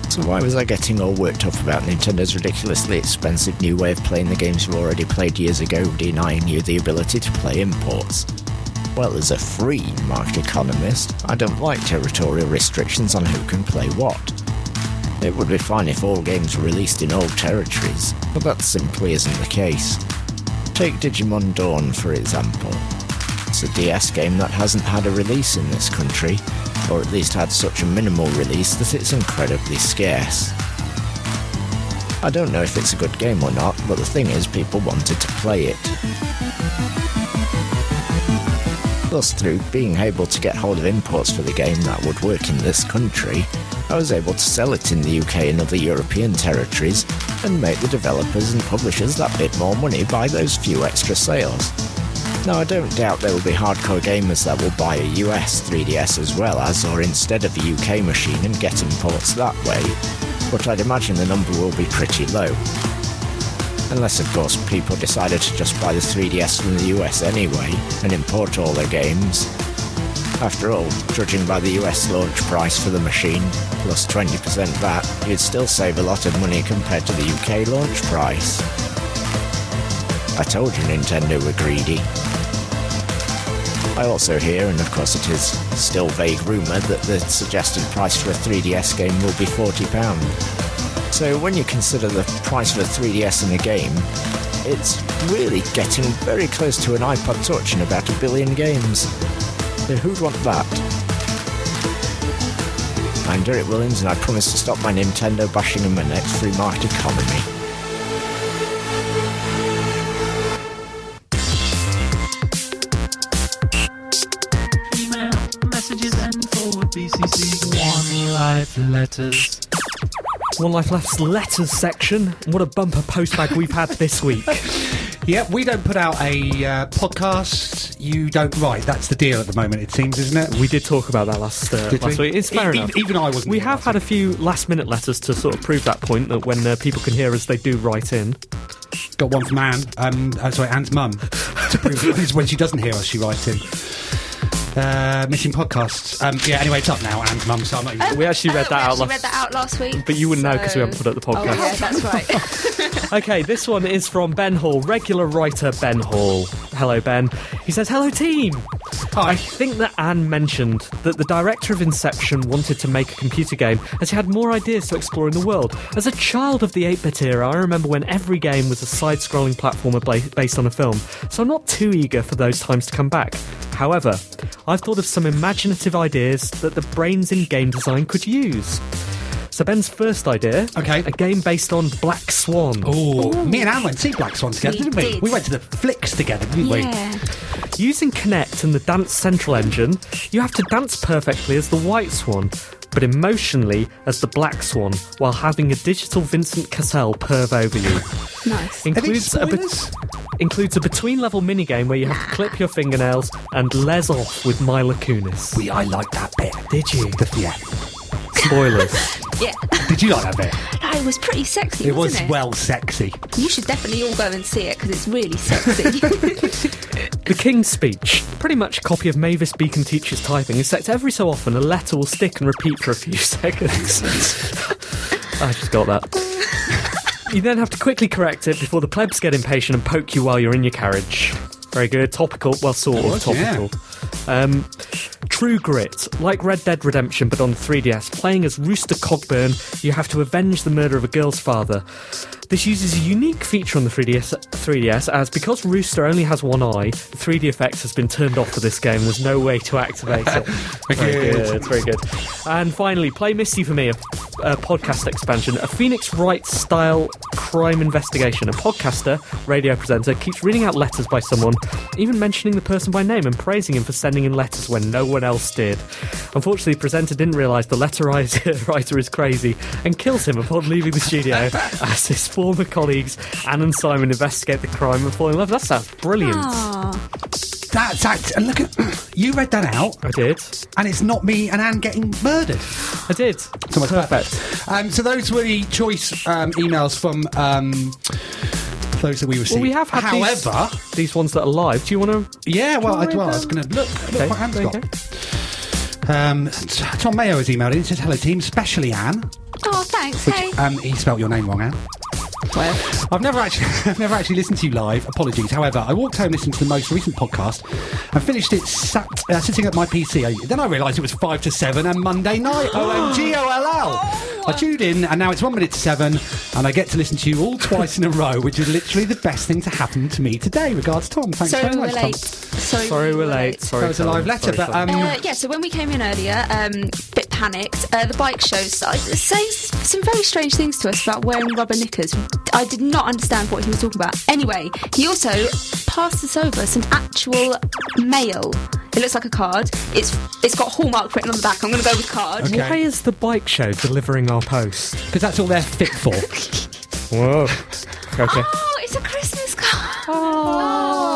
[SPEAKER 7] So why was I getting all worked up about Nintendo's ridiculously expensive new way of playing the games you already played years ago, denying you the ability to play imports? Well, as a free market economist, I don't like territorial restrictions on who can play what. It would be fine if all games were released in all territories, but that simply isn't the case. Take Digimon Dawn, for example. It's a DS game that hasn't had a release in this country, or at least had such a minimal release that it's incredibly scarce. I don't know if it's a good game or not, but the thing is, people wanted to play it. Thus, through being able to get hold of imports for the game that would work in this country, I was able to sell it in the UK and other European territories and make the developers and publishers that bit more money by those few extra sales. Now, I don't doubt there will be hardcore gamers that will buy a US 3DS as well as, or instead of a UK machine and get imports that way, but I'd imagine the number will be pretty low. Unless, of course, people decided to just buy the 3DS from the US anyway and import all their games. After all, judging by the US launch price for the machine, plus 20% VAT, you'd still save a lot of money compared to the UK launch price. I told you Nintendo were greedy. I also hear, and of course it is still vague rumour, that the suggested price for a 3DS game will be £40. So when you consider the price of a 3DS in a game, it's really getting very close to an iPod Touch and about a billion games. So who'd want that? I'm Derek Williams, and I promise to stop my Nintendo bashing in my next free market economy.
[SPEAKER 8] email messages and forward BCC. One life letters.
[SPEAKER 2] One Life Left's letters section. What a bumper postbag we've had this week.
[SPEAKER 5] Yep, we don't put out a uh, podcast. You don't write. That's the deal at the moment. It seems, isn't it?
[SPEAKER 2] We did talk about that last, uh,
[SPEAKER 5] Did
[SPEAKER 2] last
[SPEAKER 5] we?
[SPEAKER 2] week. It's fair
[SPEAKER 5] E- e-
[SPEAKER 2] enough.
[SPEAKER 5] even I wasn't
[SPEAKER 2] We
[SPEAKER 5] here
[SPEAKER 2] have
[SPEAKER 5] last
[SPEAKER 2] had a few last minute letters to sort of prove that point that when uh, people can hear us, they do write in.
[SPEAKER 5] Got one from Anne. Um, oh, sorry, Anne's mum. To prove it. when she doesn't hear us, she writes in. Uh, missing podcasts. Um, yeah. Anyway, it's up now. Anne's mum. So I'm not even.
[SPEAKER 2] We actually read
[SPEAKER 6] Oh,
[SPEAKER 2] that out
[SPEAKER 6] actually
[SPEAKER 2] last.
[SPEAKER 6] read that out last week.
[SPEAKER 2] But you wouldn't know 'cause we haven't put up the
[SPEAKER 6] Oh,
[SPEAKER 2] podcast.
[SPEAKER 6] yeah, that's right.
[SPEAKER 2] Okay, this one is from Ben Hall, regular writer Ben Hall. Hello, Ben. He says, Hello, team. I think that Anne mentioned that the director of Inception wanted to make a computer game as he had more ideas to explore in the world. As a child of the 8 bit era, I remember when every game was a side scrolling platformer bla- based on a film, so I'm not too eager for those times to come back. However, I've thought of some imaginative ideas that the brains in game design could use. So, Ben's first idea
[SPEAKER 5] Okay.
[SPEAKER 2] a game based on Black Swan.
[SPEAKER 5] Oh, me and Anne went to see Black Swan together,
[SPEAKER 6] We
[SPEAKER 5] didn't we?
[SPEAKER 6] did.
[SPEAKER 5] We went to the flicks together, didn't we?
[SPEAKER 6] yeah.
[SPEAKER 2] Using Kinect and the Dance Central engine, you have to dance perfectly as the White Swan, but emotionally as the Black Swan, while having a digital Vincent Cassell perv over you.
[SPEAKER 6] Nice.
[SPEAKER 2] Includes a,
[SPEAKER 5] spoilers?
[SPEAKER 2] includes a between level minigame where you have to clip your fingernails and les off with Mila Kunis.
[SPEAKER 5] We, I liked that bit.
[SPEAKER 2] Did you?
[SPEAKER 5] The- yeah.
[SPEAKER 2] Spoilers.
[SPEAKER 6] Yeah.
[SPEAKER 5] Did you like that bit?
[SPEAKER 6] No, it was pretty sexy.
[SPEAKER 5] It was
[SPEAKER 6] wasn't it?
[SPEAKER 5] well sexy.
[SPEAKER 6] You should definitely all go and see it because it's really sexy.
[SPEAKER 2] The King's Speech, pretty much a copy of Mavis Beacon Teacher's typing, except every so often a letter will stick and repeat for a few seconds. I just got that. you then have to quickly correct it before the plebs get impatient and poke you while you're in your carriage. Very good. Topical. Well, sort of
[SPEAKER 5] was, yeah.
[SPEAKER 2] topical. Um, True Grit, like Red Dead Redemption but on 3DS, playing as Rooster Cogburn, you have to avenge the murder of a girl's father. This uses a unique feature on the 3DS, 3DS as because Rooster only has one eye, the 3D effects has been turned off for this game. There's no way to activate it. very
[SPEAKER 5] Good.
[SPEAKER 2] good. Very good. And finally, play Misty for me, a, a podcast expansion, a Phoenix Wright style crime investigation. A podcaster, radio presenter, keeps reading out letters by someone, even mentioning the person by name and praising him for sending in letters when no one else did. Unfortunately, the presenter didn't realise the letter writer writer is crazy and kills him upon leaving the studio as his former colleagues, Anne and Simon, investigate the crime and fall in love. That sounds brilliant.
[SPEAKER 6] Ah,
[SPEAKER 5] That's act. And look at you read that out,
[SPEAKER 2] I did.
[SPEAKER 5] and it's not me and Anne getting murdered.
[SPEAKER 2] I did.
[SPEAKER 5] So much perfect. Um, so those were the choice um, emails from um, those that we received.
[SPEAKER 2] Well, we have had these-
[SPEAKER 5] however,
[SPEAKER 2] these, ones that are live. Do you want to?
[SPEAKER 5] yeah. Well, I,
[SPEAKER 6] Try
[SPEAKER 5] well, I was
[SPEAKER 6] them.
[SPEAKER 5] going to look. Look what Anne's got. Um, t- Tom Mayo has emailed in. He says, "Hello, team, especially Anne."
[SPEAKER 6] oh, thanks.
[SPEAKER 5] Which
[SPEAKER 6] Hey,
[SPEAKER 5] um, he spelt your name wrong, Anne. I've never actually, I've never actually listened to you live. Apologies. However, I walked home listening to the most recent podcast and finished it sat, uh, sitting at my PC. I- Then I realised it was five to seven and Monday night. Omg,
[SPEAKER 6] Oh.
[SPEAKER 5] oll! I tuned in and now it's one minute to seven, and I get to listen to you all twice in a row, which is literally the best thing to happen to me today. Regards, Tom. Thanks
[SPEAKER 6] sorry
[SPEAKER 5] very
[SPEAKER 6] we're
[SPEAKER 5] much,
[SPEAKER 6] late.
[SPEAKER 5] Tom.
[SPEAKER 6] Sorry,
[SPEAKER 2] Sorry, we're late. Sorry,
[SPEAKER 5] That was a live
[SPEAKER 2] Callum.
[SPEAKER 5] letter,
[SPEAKER 2] Sorry,
[SPEAKER 5] but
[SPEAKER 2] Callum.
[SPEAKER 5] um,
[SPEAKER 6] Uh, yeah, so when we came in earlier, um, a bit panicked, uh, the bike show started saying s- some very strange things to us about wearing rubber knickers. I did not understand what he was talking about. Anyway, he also passed us over some actual mail. It looks like a card. It's it's got hallmark written on the back. I'm going to go with card.
[SPEAKER 5] Okay.
[SPEAKER 2] why is the bike show delivering our post?
[SPEAKER 5] because that's all they're fit for.
[SPEAKER 2] Whoa. Okay.
[SPEAKER 6] Oh, it's a Christmas card. Oh.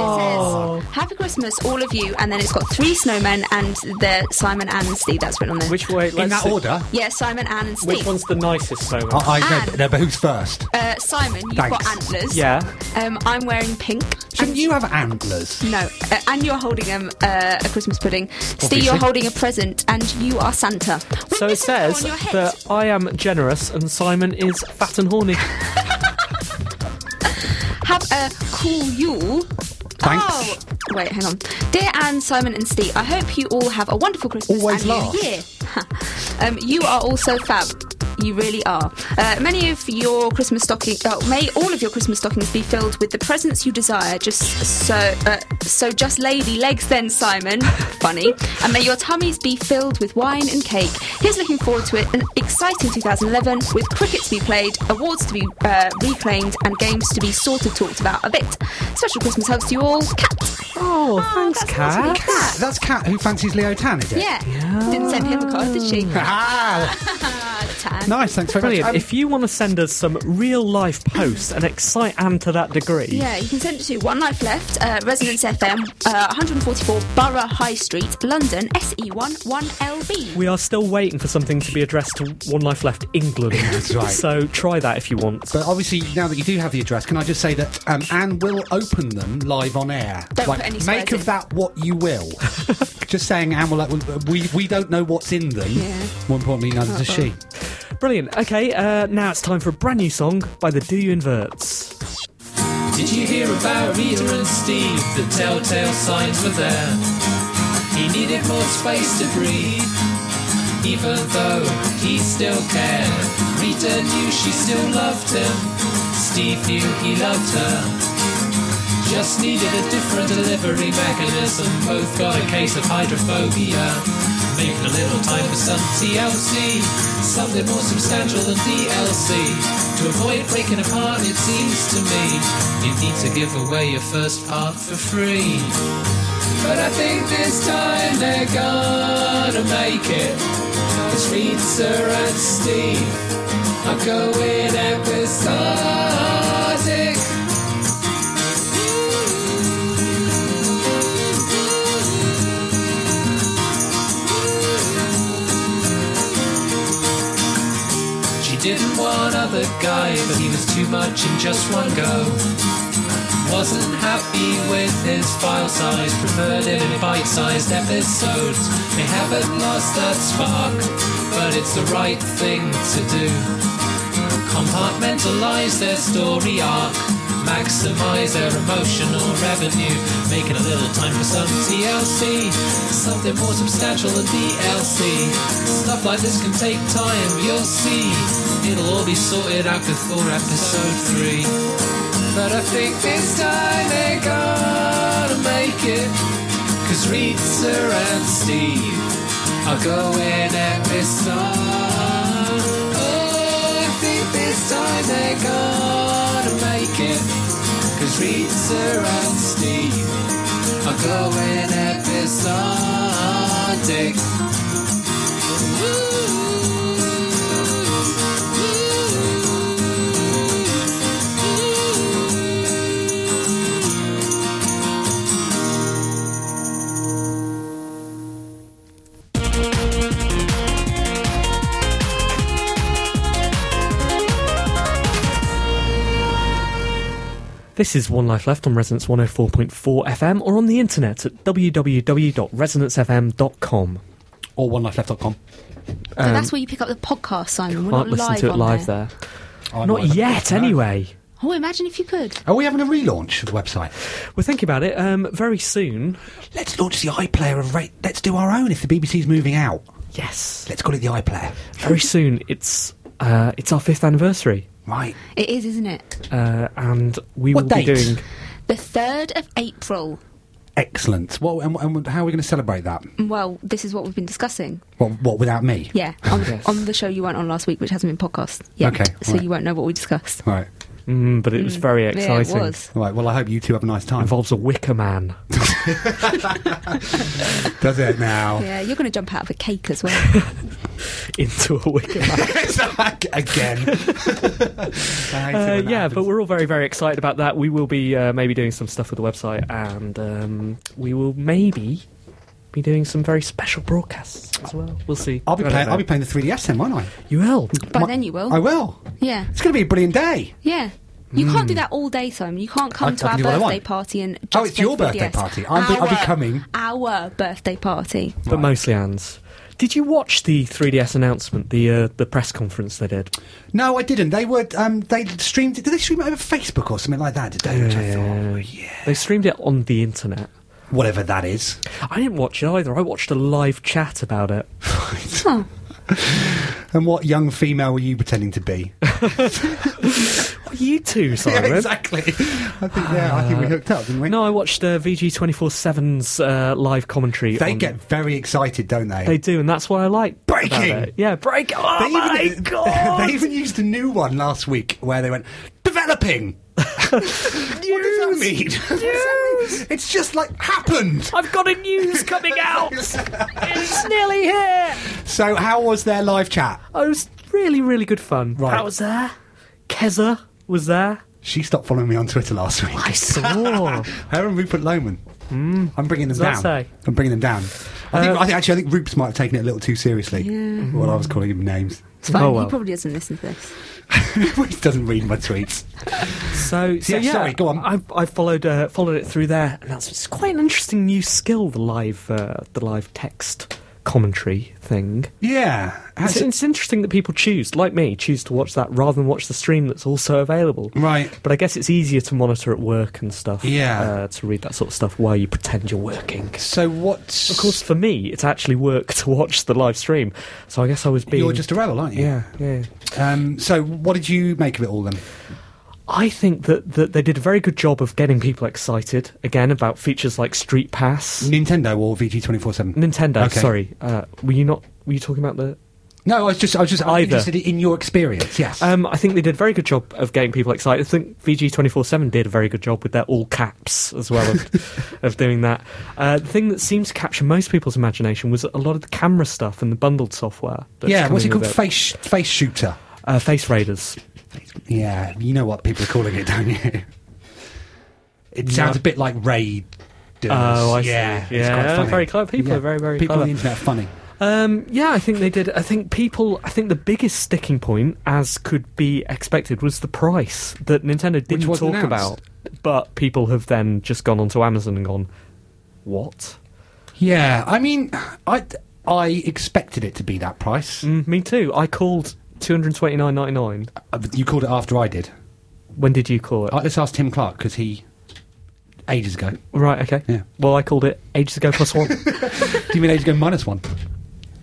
[SPEAKER 6] It says, Happy Christmas, all of you. And then it's got three snowmen and the Simon, Anne, and Steve. That's written on there.
[SPEAKER 2] Which way?
[SPEAKER 5] in that order.
[SPEAKER 6] Yeah, Simon, Anne, and Steve.
[SPEAKER 2] Which one's the nicest so far?
[SPEAKER 5] I, I
[SPEAKER 6] Anne.
[SPEAKER 5] no, but who's first?
[SPEAKER 6] Uh, Simon, you've got
[SPEAKER 5] Thanks.
[SPEAKER 6] antlers.
[SPEAKER 2] Yeah.
[SPEAKER 6] Um, I'm wearing pink.
[SPEAKER 5] Shouldn't you have antlers?
[SPEAKER 6] No, uh, and you're holding um, uh, a Christmas pudding. Steve, you're
[SPEAKER 5] Obviously.
[SPEAKER 6] holding a present, and you are Santa. With
[SPEAKER 2] So it
[SPEAKER 6] mistletoe
[SPEAKER 2] says
[SPEAKER 6] on your head.
[SPEAKER 2] that I am generous and Simon is fat and horny.
[SPEAKER 6] Have a cool Yule.
[SPEAKER 5] Thanks.
[SPEAKER 6] Oh, wait, hang on. Dear Anne, Simon, and Steve, I hope you all have a wonderful Christmas
[SPEAKER 5] Always
[SPEAKER 6] and
[SPEAKER 5] last.
[SPEAKER 6] New Year. um, you are all so fab. You really are. Uh, many of your Christmas stocking, oh, may all of your Christmas stockings be filled with the presents you desire. Just so, uh, so just lady legs then, Simon. Funny. And may your tummies be filled with wine and cake. Here's looking forward to it. An exciting 2011 with cricket to be played, awards to be uh, reclaimed, and games to be sort of talked about a bit. Special Christmas hugs to you all, Cat.
[SPEAKER 2] Oh, thanks,
[SPEAKER 6] that's nice of
[SPEAKER 2] Kat.
[SPEAKER 6] you, Kat.
[SPEAKER 5] That's Cat who fancies Leo Tan, is it?
[SPEAKER 6] Yeah. Didn't send him a card, did she?
[SPEAKER 2] Mm.
[SPEAKER 5] Ah,
[SPEAKER 6] Tan.
[SPEAKER 5] nice, thanks very
[SPEAKER 2] Brilliant.
[SPEAKER 5] much. Um,
[SPEAKER 2] if you want to send us some real life posts and excite Anne to that degree,
[SPEAKER 6] Yeah, you can send it to One Life Left, uh, Residence FM, uh, 144 Borough High Street, London, E SE1 1LB.
[SPEAKER 2] we are still waiting for something to be addressed to One Life Left England. That's
[SPEAKER 5] right.
[SPEAKER 2] So try that if you want.
[SPEAKER 5] but obviously, now that you do have the address, can I just say that um, Anne will open them live on air.
[SPEAKER 6] Don't
[SPEAKER 5] like,
[SPEAKER 6] put any swears
[SPEAKER 5] make
[SPEAKER 6] in.
[SPEAKER 5] of that what you will. just saying, Anne will. Like, we we don't know what's in them.
[SPEAKER 6] Yeah.
[SPEAKER 5] More importantly, neither does she.
[SPEAKER 2] Brilliant. Okay, uh, now it's time for a brand new song by the Do You Inverts.
[SPEAKER 8] Did you hear about Rita and Steve? The telltale signs were there. He needed more space to breathe, even though he still cared. Rita knew she still loved him. Steve knew he loved her. Just needed a different delivery mechanism. Both got a case of hydrophobia. Making a little time for some TLC. Something more substantial than DLC. To avoid breaking apart, it seems to me. You need to give away your first part for free. But I think this time they're gonna make it. It's Rita and Steve. I'm going episodic. She didn't want other guy, but he was too much in just one go. Wasn't happy with his file size, preferred him in bite-sized episodes. They haven't lost that spark. but it's the right thing to do. Compartmentalize their story arc, maximize their emotional revenue, making a little time for some TLC, something more substantial than DLC. Stuff like this can take time, you'll see. It'll all be sorted out before episode three. But I think this time they're gonna make it. Cause Rita and Steve are going episode. Oh, I think this time they're gonna make it. Cause Rita and Steve are going episodic.
[SPEAKER 2] This is One oh Life Left on Resonance 104.4 FM or on the internet at www.resonancefm.com.
[SPEAKER 5] Or onelifeleft.com.
[SPEAKER 6] So that's where you pick up the podcast, Simon. We're not
[SPEAKER 2] Um, Can't listen
[SPEAKER 6] live
[SPEAKER 2] to it
[SPEAKER 6] on
[SPEAKER 2] live
[SPEAKER 6] there.
[SPEAKER 2] there.
[SPEAKER 5] I'm
[SPEAKER 2] Not
[SPEAKER 5] either.
[SPEAKER 2] yet,
[SPEAKER 5] No.
[SPEAKER 2] anyway.
[SPEAKER 6] Oh, imagine if you could.
[SPEAKER 5] Are we having a relaunch of the website?
[SPEAKER 2] We're thinking about it um, very soon.
[SPEAKER 5] Let's launch the iPlayer of rate. Let's do our own if the BBC's moving out.
[SPEAKER 2] Yes,
[SPEAKER 5] Let's call it the iPlayer.
[SPEAKER 2] very soon. It's uh, it's our fifth anniversary,
[SPEAKER 5] Right.
[SPEAKER 6] It is, isn't it?
[SPEAKER 2] uh, and we
[SPEAKER 5] What
[SPEAKER 2] will
[SPEAKER 5] date?
[SPEAKER 2] be doing.
[SPEAKER 6] The 3rd of April.
[SPEAKER 5] Excellent. Well, and, and how are we going to celebrate that?
[SPEAKER 6] Well, this is what we've been discussing.
[SPEAKER 5] Well, what, without me?
[SPEAKER 6] Yeah, on,
[SPEAKER 2] Yes.
[SPEAKER 6] on the show you weren't on last week, which hasn't been podcast yet.
[SPEAKER 5] Oh, Okay,
[SPEAKER 6] So
[SPEAKER 5] right.
[SPEAKER 6] you won't know what we discussed.
[SPEAKER 5] Right.
[SPEAKER 2] Mm, but it was very exciting.
[SPEAKER 6] Yeah, it was.
[SPEAKER 5] All right. Well, I hope you two have a nice time.
[SPEAKER 2] Involves a wicker man.
[SPEAKER 5] Does it now?
[SPEAKER 6] Yeah, you're going to jump out of a cake as well.
[SPEAKER 2] into a wicker man.
[SPEAKER 5] Again.
[SPEAKER 2] Uh, yeah, but we're all very, very excited about that. We will be uh, maybe doing some stuff with the website, and um, we will maybe be doing some very special broadcasts as well. We'll see.
[SPEAKER 5] I'll be,
[SPEAKER 2] I don't
[SPEAKER 5] playing,
[SPEAKER 2] know.
[SPEAKER 5] I'll be playing the 3DS then, won't I?
[SPEAKER 2] You will.
[SPEAKER 6] By
[SPEAKER 5] My-
[SPEAKER 6] then you will.
[SPEAKER 5] I will.
[SPEAKER 6] yeah,
[SPEAKER 5] It's going to be a brilliant day.
[SPEAKER 6] yeah. You can't
[SPEAKER 5] Hmm.
[SPEAKER 6] do that all day, Simon. You can't come
[SPEAKER 5] I-
[SPEAKER 6] to
[SPEAKER 5] I
[SPEAKER 6] our
[SPEAKER 5] can do what I
[SPEAKER 6] birthday
[SPEAKER 5] want.
[SPEAKER 6] party and just
[SPEAKER 5] Oh, it's
[SPEAKER 6] play
[SPEAKER 5] your
[SPEAKER 6] 3DS.
[SPEAKER 5] birthday party. I'm be- I'll be
[SPEAKER 6] Our-
[SPEAKER 5] coming. Oh,
[SPEAKER 6] Our birthday party.
[SPEAKER 2] But mostly Anne's. Did you watch the 3DS announcement, the uh, the press conference they did?
[SPEAKER 5] No, I didn't. They were. Um, they streamed. it- Did they stream it over Facebook or something like that? Did they? Which I
[SPEAKER 2] Oh,
[SPEAKER 5] thought, well, yeah.
[SPEAKER 2] They streamed it on the internet.
[SPEAKER 5] Whatever that is.
[SPEAKER 2] I didn't watch it either. I watched a live chat about it.
[SPEAKER 6] Oh,
[SPEAKER 5] And what young female were you pretending to be?
[SPEAKER 2] You too,
[SPEAKER 5] yeah,
[SPEAKER 2] Simon.
[SPEAKER 5] exactly. I think. Yeah, I think we hooked up, didn't we?
[SPEAKER 2] No, I watched uh, VG247's uh, live commentary.
[SPEAKER 5] They
[SPEAKER 2] on-
[SPEAKER 5] get very excited, don't they?
[SPEAKER 2] They do, and that's what I like. about
[SPEAKER 5] Breaking!
[SPEAKER 2] it. Yeah, break. Oh
[SPEAKER 5] They
[SPEAKER 2] my
[SPEAKER 5] even,
[SPEAKER 2] god!
[SPEAKER 5] they even used a new one last week where they went developing. what does that mean? it's just like happened.
[SPEAKER 2] I've got a news coming out. it's nearly here.
[SPEAKER 5] So, how was their live chat?
[SPEAKER 2] Oh, it was really, really good fun.
[SPEAKER 5] Right.
[SPEAKER 2] I was there. Keza was there. Oh,
[SPEAKER 5] She stopped following me on Twitter last week.
[SPEAKER 2] I saw.
[SPEAKER 5] Her and Rupert Lohman. I'm bringing
[SPEAKER 2] Does
[SPEAKER 5] them down.
[SPEAKER 2] Mm. that say? Um,
[SPEAKER 5] I'm bringing them down. I think, I think actually, I think Rupes might have taken it a little too seriously. Well, I was calling him names.
[SPEAKER 6] it's fine.
[SPEAKER 2] Oh, well.
[SPEAKER 6] He probably doesn't listen to this.
[SPEAKER 5] he doesn't read my tweets.
[SPEAKER 2] So, so
[SPEAKER 5] Yeah,
[SPEAKER 2] yeah,
[SPEAKER 5] sorry, go on.
[SPEAKER 2] I, I followed uh, followed it through there, and that's it's quite an interesting new skill. The live uh, the live text commentary thing.
[SPEAKER 5] Yeah.
[SPEAKER 2] It's,
[SPEAKER 5] Has it-
[SPEAKER 2] it's interesting that people choose, like me, choose to watch that rather than watch the stream that's also available.
[SPEAKER 5] Right.
[SPEAKER 2] But I guess it's easier to monitor at work and stuff.
[SPEAKER 5] Yeah.
[SPEAKER 2] Uh, to read that sort of stuff while you pretend you're working.
[SPEAKER 5] so what's
[SPEAKER 2] Of course, for me, it's actually work to watch the live stream. So I guess I was being.
[SPEAKER 5] You're just a rebel, aren't you?
[SPEAKER 2] Yeah, yeah.
[SPEAKER 5] Um, so, what did you make of it all then?
[SPEAKER 2] I think that, that they did a very good job of getting people excited, again, about features like Street Pass.
[SPEAKER 5] Nintendo or VG twenty four seven?
[SPEAKER 2] Nintendo,
[SPEAKER 5] Okay.
[SPEAKER 2] sorry. Uh, were you not. Were you talking about the.
[SPEAKER 5] No, I was just, I was just
[SPEAKER 2] Either.
[SPEAKER 5] interested in your experience. Yes.
[SPEAKER 2] Um, I think they did a very good job of getting people excited. I think VG twenty four seven did a very good job with their all caps as well of, of doing that. Uh, the thing that seemed to capture most people's imagination was a lot of the camera stuff and the bundled software. That's
[SPEAKER 5] yeah. What's it
[SPEAKER 2] coming
[SPEAKER 5] called?
[SPEAKER 2] with
[SPEAKER 5] Face Face Shooter.
[SPEAKER 2] uh, Face Raiders.
[SPEAKER 5] Yeah, you know what people are calling it, don't you? It sounds a bit like raid.
[SPEAKER 2] Oh, I see.
[SPEAKER 5] yeah, it's
[SPEAKER 2] Yeah,
[SPEAKER 5] quite funny.
[SPEAKER 2] very clever. People are very, very
[SPEAKER 5] people on
[SPEAKER 2] clever.
[SPEAKER 5] the internet are funny.
[SPEAKER 2] Um, yeah, I think they did. I think people. I think the biggest sticking point, as could be expected, was the price that Nintendo didn't talk
[SPEAKER 5] wasn't
[SPEAKER 2] about.
[SPEAKER 5] announced.
[SPEAKER 2] But people have then just gone onto Amazon and gone, "What?"
[SPEAKER 5] Yeah, I mean, I I expected it to be that price.
[SPEAKER 2] Mm, me too. I called two hundred twenty nine ninety nine.
[SPEAKER 5] Uh, but You called it after I did.
[SPEAKER 2] When did you call it?
[SPEAKER 5] Uh, let's ask Tim Clark because he ages ago.
[SPEAKER 2] right. Okay.
[SPEAKER 5] Yeah.
[SPEAKER 2] Well, I called it ages ago plus one.
[SPEAKER 5] Do you mean ages ago minus one?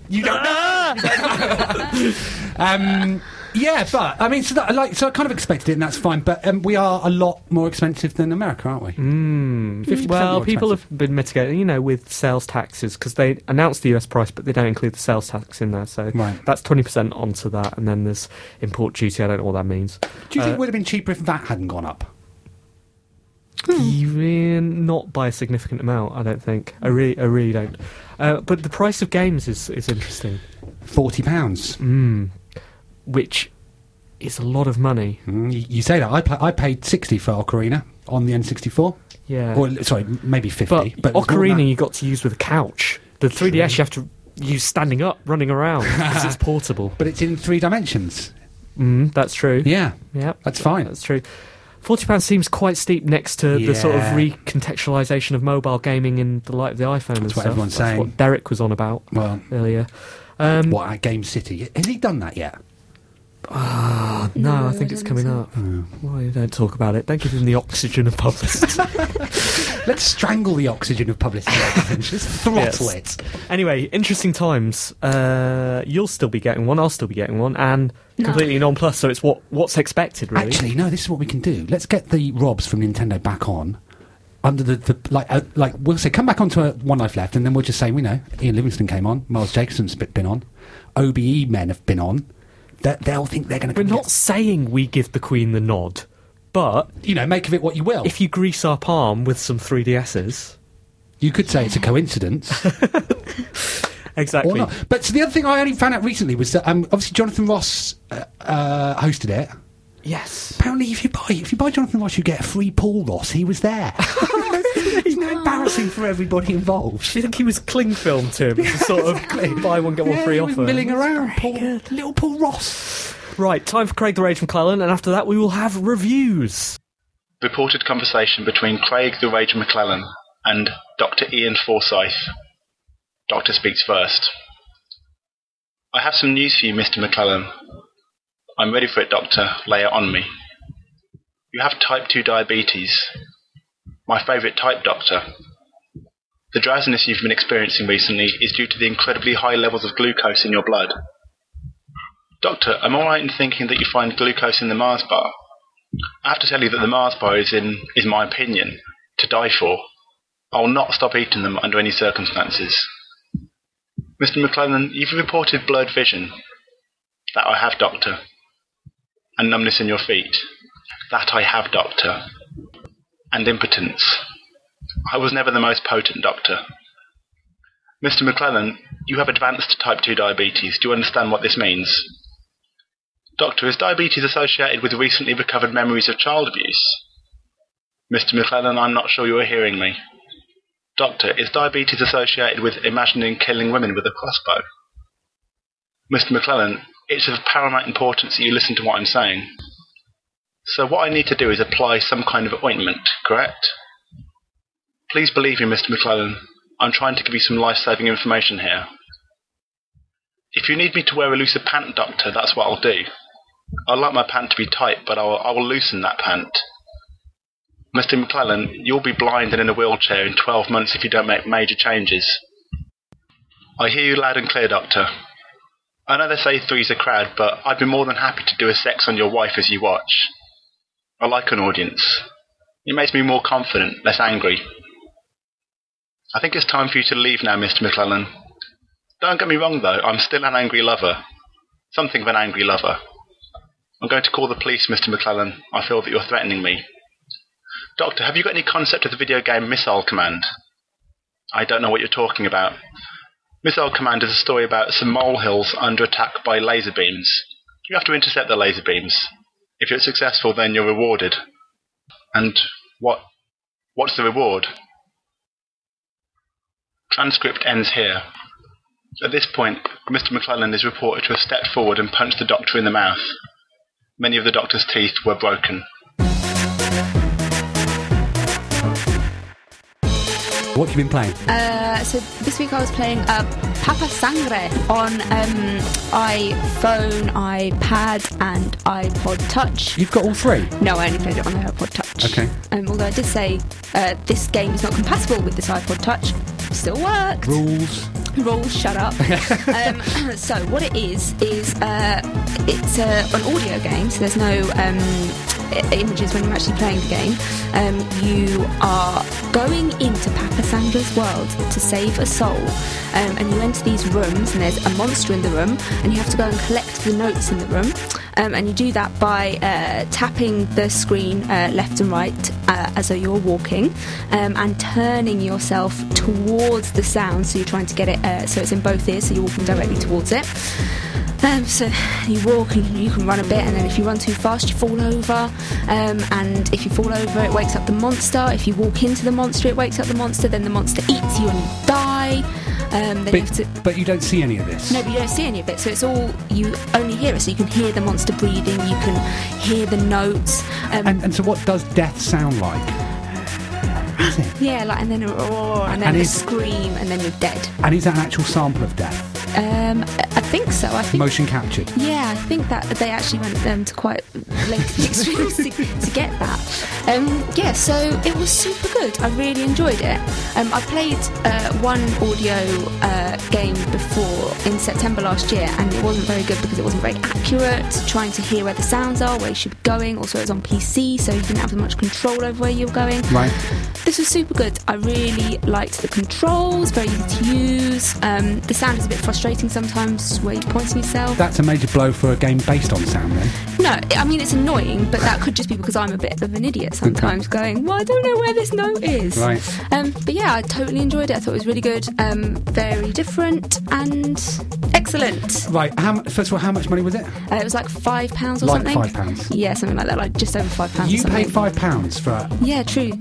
[SPEAKER 5] You don't know. um, yeah, but I mean, so that, like, so I kind of expected it, and that's fine. But um, we are a lot more expensive than America, aren't we? Mm. 50%
[SPEAKER 2] well,
[SPEAKER 5] more
[SPEAKER 2] people
[SPEAKER 5] expensive.
[SPEAKER 2] have been mitigating, you know, with sales taxes because they announce the US price, but they don't include the sales tax in there. So
[SPEAKER 5] Right.
[SPEAKER 2] that's twenty percent onto that, and then there's import duty. I don't know what that means.
[SPEAKER 5] Do you think
[SPEAKER 2] uh,
[SPEAKER 5] it would have been cheaper if that hadn't gone up?
[SPEAKER 2] Hmm. Even not by a significant amount, I don't think. I really, I really don't. Uh, but the price of games is is interesting,
[SPEAKER 5] Forty pounds.
[SPEAKER 2] Mm. which is a lot of money.
[SPEAKER 5] Mm, you, you say that. I, pa- I paid 60 for Ocarina on the N64.
[SPEAKER 2] Yeah.
[SPEAKER 5] Or, sorry, m- maybe 50.
[SPEAKER 2] But,
[SPEAKER 5] But,
[SPEAKER 2] Ocarina, you got to use with a couch. The 3DS, you have to use standing up, running around because it's portable.
[SPEAKER 5] But it's in three dimensions.
[SPEAKER 2] Mm, that's true.
[SPEAKER 5] Yeah.
[SPEAKER 2] Yeah,
[SPEAKER 5] That's fine.
[SPEAKER 2] That's true. Forty pounds seems quite steep next to the sort of
[SPEAKER 5] Yeah.
[SPEAKER 2] recontextualization of mobile gaming in the light of the iPhone. and
[SPEAKER 5] what
[SPEAKER 2] stuff.
[SPEAKER 5] everyone's
[SPEAKER 2] That's
[SPEAKER 5] saying.
[SPEAKER 2] What Derek was on about
[SPEAKER 5] Well,
[SPEAKER 2] earlier. Um,
[SPEAKER 5] what at Game City? Has he done that yet?
[SPEAKER 2] no,
[SPEAKER 6] No,
[SPEAKER 2] I think
[SPEAKER 6] I
[SPEAKER 2] it's
[SPEAKER 6] don't
[SPEAKER 2] coming
[SPEAKER 6] think
[SPEAKER 2] up.
[SPEAKER 5] Oh.
[SPEAKER 2] Why you don't talk about it? Don't give him the oxygen of publicity.
[SPEAKER 5] Let's strangle the oxygen of publicity. Let's throttle
[SPEAKER 2] Yes.
[SPEAKER 5] it.
[SPEAKER 2] anyway, interesting times. Uh, you'll still be getting one. I'll still be getting one, and completely non-plus. So it's what what's expected, really.
[SPEAKER 5] Actually, no. This is what we can do. Let's get the Robs from Nintendo back on. Under the, the like, uh, like we'll say, come back onto a One Life Left, and then we'll just say, we know, Ian Livingston came on, Miles Jacobson's bit- been on, OBE men have been on. That they'll think they're going to.
[SPEAKER 2] We're not saying we give the Queen the nod, but
[SPEAKER 5] you know, make of it what you will.
[SPEAKER 2] if you grease our palm with some 3DSs.
[SPEAKER 5] You could say it's a coincidence
[SPEAKER 2] Exactly.
[SPEAKER 5] or not. But so the other thing I only found out recently was that um, obviously Jonathan Ross uh, uh, hosted it.
[SPEAKER 2] Yes.
[SPEAKER 5] Apparently, if you buy if you buy Jonathan Ross, you get a free Paul Ross. He was there. it's now embarrassing for everybody involved.
[SPEAKER 2] Do you think he was cling film to him? It's a sort of buy one get one
[SPEAKER 5] Yeah,
[SPEAKER 2] free
[SPEAKER 5] he was
[SPEAKER 2] offer.
[SPEAKER 5] milling around, Paul, little Paul Ross.
[SPEAKER 2] Right, time for Craig the Rage McClellan, and after that we will have reviews.
[SPEAKER 9] Reported conversation between Craig the Rage McClellan and Dr. Ian Forsyth. Doctor speaks first. I have some news for you, Mr. McClellan. I'm ready for it, Doctor. Lay it on me. You have type 2 diabetes. My favourite type, Doctor. The drowsiness you've been experiencing recently is due to the incredibly high levels of glucose in your blood. Doctor, am I right in thinking that you find glucose in the Mars bar? I have to tell you that the Mars bar is, in, is my opinion, to die for. I'll not stop eating them under any circumstances. Mr. McClellan, you've reported blurred vision. That I have, Doctor. And numbness in your feet. That I have, Doctor. And impotence. I was never the most potent, Doctor. Mr. McClellan, you have advanced type 2 diabetes. Do you understand what this means? Doctor, is diabetes associated with recently recovered memories of child abuse? Mr. McClellan, I'm not sure you are hearing me. Doctor, is diabetes associated with imagining killing women with a crossbow? Mr. McClellan, it's of paramount importance that you listen to what I'm saying. So, what I need to do is apply some kind of ointment, correct? Please believe me, Mr. McClellan. I'm trying to give you some life saving information here. If you need me to wear a looser pant, Doctor, that's what I'll do. I like my pant to be tight, but I will, I will loosen that pant. Mr. McClellan, you'll be blind and in a wheelchair in 12 months if you don't make major changes. I hear you loud and clear, Doctor. I know they say three's a crowd, but I'd be more than happy to do a sex on your wife as you watch. I like an audience. It makes me more confident, less angry. I think it's time for you to leave now, Mr. McClellan. Don't get me wrong, though, I'm still an angry lover. Something of an angry lover. I'm going to call the police, Mr. McClellan. I feel that you're threatening me. Doctor, have you got any concept of the video game Missile Command? I don't know what you're talking about. Missile Command is a story about some molehills under attack by laser beams. You have to intercept the laser beams. If you're successful, then you're rewarded. And what? What's the reward? Transcript ends here. At this point, Mr. McClellan is reported to have stepped forward and punched the doctor in the mouth. Many of the doctor's teeth were broken.
[SPEAKER 5] What have you been playing?
[SPEAKER 6] Uh, so this week I was playing uh, Papa Sangre on um, iPhone, iPad, and iPod Touch.
[SPEAKER 5] You've got all three?
[SPEAKER 6] No, I only played it on the iPod Touch.
[SPEAKER 5] Okay.
[SPEAKER 6] Um, although I did say uh, this game is not compatible with this iPod Touch, still worked.
[SPEAKER 5] Rules.
[SPEAKER 6] Rules, shut up. um, so what it is is uh, it's uh, an audio game, so there's no um, i- images when you're actually playing the game. Um, you are going into Papa Sandra's world to save a soul, um, and you enter these rooms, and there's a monster in the room, and you have to go and collect the notes in the room. Um, and you do that by uh, tapping the screen uh, left and right uh, as though you're walking um, and turning yourself towards the sound. So you're trying to get it uh, so it's in both ears, so you're walking directly towards it. Um, so you walk and you can run a bit, and then if you run too fast, you fall over. Um, and if you fall over, it wakes up the monster. If you walk into the monster, it wakes up the monster. Then the monster eats you and you die. Um, then you have
[SPEAKER 5] But,
[SPEAKER 6] to
[SPEAKER 5] but you don't see any of this.
[SPEAKER 6] no, but you don't see any of it, so it's all you only hear it. So you can hear the monster breathing, you can hear the notes. Um,
[SPEAKER 5] And, and so, what does death sound like?
[SPEAKER 6] yeah, like and then a roar, and then
[SPEAKER 5] And
[SPEAKER 6] a
[SPEAKER 5] is-
[SPEAKER 6] scream, and then you're dead.
[SPEAKER 5] And is that an actual sample of death?
[SPEAKER 6] Um, I I think so. I think.
[SPEAKER 5] Motion captured.
[SPEAKER 6] Yeah, I think that they actually went um, to quite lengthy extremes to, to get that. Um, yeah, so it was super good. I really enjoyed it. Um, I played uh, one audio uh, game before in September last year, and it wasn't very good because it wasn't very accurate. Trying to hear where the sounds are, where you should be going. Also, it was on PC, so you didn't have as much control over where you were going.
[SPEAKER 5] Right.
[SPEAKER 6] This was super good. I really liked the controls, very easy to use. Um, the sound is a bit frustrating sometimes where you're pointing yourself.
[SPEAKER 5] That's a major blow for a game based on sound, then.
[SPEAKER 6] No, I- I mean it's annoying, but that could just be because I'm a bit of an idiot sometimes, going, "Well, I don't know where this note is."
[SPEAKER 5] Right.
[SPEAKER 6] Um, but yeah, I totally enjoyed it. I thought it was really good, um, very different, and excellent.
[SPEAKER 5] Right. How, mu- first of all, how much money was it?
[SPEAKER 6] Uh, it was like five pounds or
[SPEAKER 5] Like
[SPEAKER 6] something.
[SPEAKER 5] five pounds.
[SPEAKER 6] Yeah, something like that, like just over five pounds. or
[SPEAKER 5] You
[SPEAKER 6] something.
[SPEAKER 5] paid five pounds for. a-
[SPEAKER 6] Yeah, true.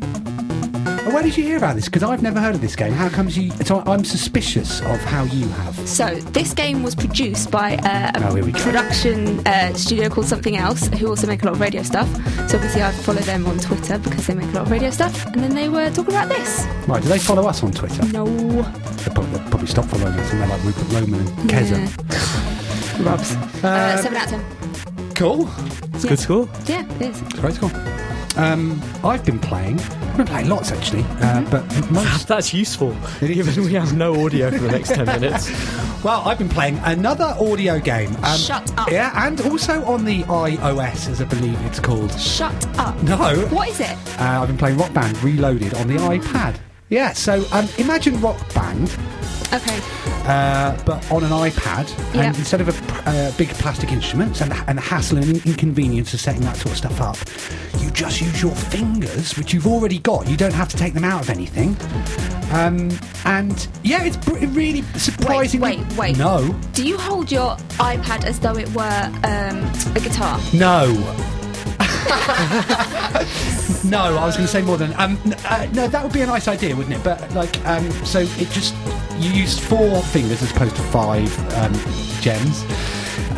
[SPEAKER 5] Oh, Where did you hear about this? Because I've never heard of this game. How comes you? So I'm suspicious of how you have.
[SPEAKER 6] So this game was produced by uh, a
[SPEAKER 5] Oh, here we go.
[SPEAKER 6] production uh, studio called Something Else, who also make a lot of radio stuff. So obviously I follow them on Twitter because they make a lot of radio stuff, and then they were talking about this.
[SPEAKER 5] Right. Do they follow us on Twitter?
[SPEAKER 6] No.
[SPEAKER 5] They probably, they probably stopped following us, and they're like Rupert Roman and Keza.
[SPEAKER 6] Robs. Uh, seven out of ten.
[SPEAKER 5] Cool.
[SPEAKER 2] It's a good score.
[SPEAKER 6] Yeah, it is.
[SPEAKER 5] It's great score. Um, I've been playing. I've been playing lots actually, uh,
[SPEAKER 6] Mm-hmm.
[SPEAKER 5] but most
[SPEAKER 2] That's useful, given we have no audio for the next 10 minutes.
[SPEAKER 5] Well, I've been playing another audio game. Um,
[SPEAKER 6] Shut up.
[SPEAKER 5] Yeah, and also on the iOS, as I believe it's called.
[SPEAKER 6] Shut up.
[SPEAKER 5] No.
[SPEAKER 6] What is it?
[SPEAKER 5] Uh, I've been playing Rock Band Reloaded on the iPad. Yeah, so um, imagine Rock Band,
[SPEAKER 6] Okay.
[SPEAKER 5] uh, but on an iPad,
[SPEAKER 6] Yeah.
[SPEAKER 5] and instead of a pr- uh, big plastic instruments and, and the hassle and inconvenience of setting that sort of stuff up, you just use your fingers, which you've already got. You don't have to take them out of anything. Um, and yeah, it's br- really surprisingly.
[SPEAKER 6] wait, wait.
[SPEAKER 5] No.
[SPEAKER 6] Do you hold your iPad as though it were um, a guitar?
[SPEAKER 5] No. no, I was going to say more than um, n- uh, no. That would be a nice idea, wouldn't it? But like, um, so it just you use four fingers as opposed to five um, gems.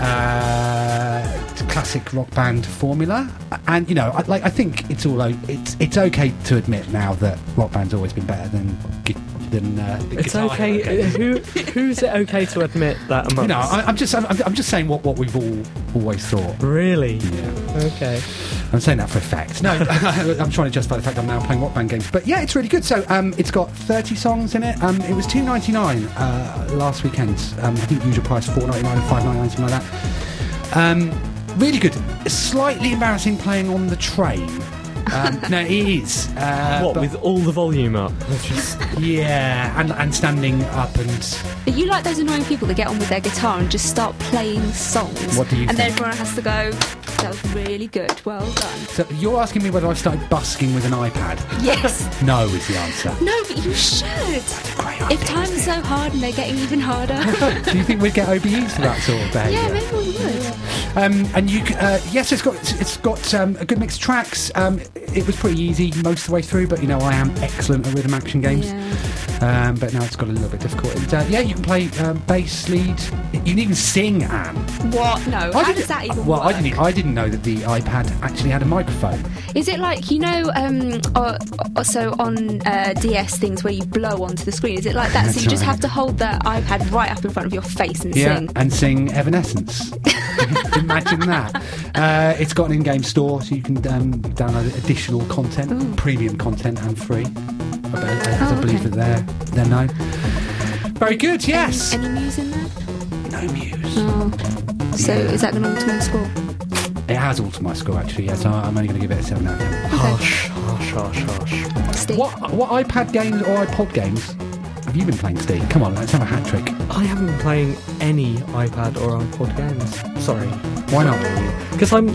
[SPEAKER 5] Uh, classic rock band formula, and you know, I, like I think it's all o- it's it's okay to admit now that rock band's always been better than gu- than uh, the
[SPEAKER 2] It's
[SPEAKER 5] guitar
[SPEAKER 2] okay.
[SPEAKER 5] hero games.
[SPEAKER 2] Who, who's it okay to admit that amongst?
[SPEAKER 5] You know, I, I'm just I'm, I'm just saying what, what we've all always thought.
[SPEAKER 2] really?
[SPEAKER 5] Yeah.
[SPEAKER 2] Okay.
[SPEAKER 5] I'm saying that for a fact. No, I'm trying to justify the fact I'm now playing Rock Band games. But yeah, it's really good. So um, it's got 30 songs in it. Um, it was 2.99 uh, last weekend. Um, I think usual price 4.99, 5.99, something like that. Um, really good. Slightly embarrassing playing on the train. Um, no, it is. Uh,
[SPEAKER 2] what
[SPEAKER 5] but-
[SPEAKER 2] with all the volume up?
[SPEAKER 5] yeah, and, and standing up and
[SPEAKER 6] Are you like those annoying people that get on with their guitar and just start playing songs?
[SPEAKER 5] What do you
[SPEAKER 6] And then
[SPEAKER 5] think?
[SPEAKER 6] everyone has to go, that was really good, well done.
[SPEAKER 5] so you're asking me whether I started busking with an iPad.
[SPEAKER 6] Yes.
[SPEAKER 5] No is the answer.
[SPEAKER 6] No, but you should. If
[SPEAKER 5] Great idea.
[SPEAKER 6] time's so hard and they're getting even harder.
[SPEAKER 5] Do you think we'd get OBEs for that sort of behaviour?
[SPEAKER 6] yeah, maybe we would.
[SPEAKER 5] Um, and you, c- uh, yes, it's got it's got um, a good mix of tracks. Um, it was pretty easy most of the way through, but you know I am excellent at rhythm action games. Um, but now it's got a little bit difficult. And, uh, yeah, you can play um, bass lead. You can even sing, Anne.
[SPEAKER 6] What? No. How does that even
[SPEAKER 5] Well,
[SPEAKER 6] work?
[SPEAKER 5] I didn't. I didn't didn't know that the iPad actually had a microphone.
[SPEAKER 6] Is it like you know, um, or, or so on uh, DS things where you blow onto the screen? Is it like that? So
[SPEAKER 5] That's
[SPEAKER 6] you just
[SPEAKER 5] right.
[SPEAKER 6] have to hold the iPad right up in front of your face and
[SPEAKER 5] yeah,
[SPEAKER 6] sing.
[SPEAKER 5] and sing Evanescence. Imagine that. Uh, it's got an in-game store, so you can um, download additional content, premium content, and free. I, be- I
[SPEAKER 6] Oh,
[SPEAKER 5] believe
[SPEAKER 6] okay.
[SPEAKER 5] that they're they're known. Very good. Yes.
[SPEAKER 6] Any news in there?
[SPEAKER 5] No news.
[SPEAKER 6] Oh. So is that going to alter my score?
[SPEAKER 5] It has altered my score actually. Yes, I- I'm only going to give it a seven out of ten.
[SPEAKER 2] Hush, hush, hush, hush.
[SPEAKER 5] What what iPad games or iPod games have you been playing, Steve? Come on, let's have a hat trick.
[SPEAKER 2] I haven't been playing any iPad or iPod games. Sorry.
[SPEAKER 5] Why not?
[SPEAKER 2] Because I'm,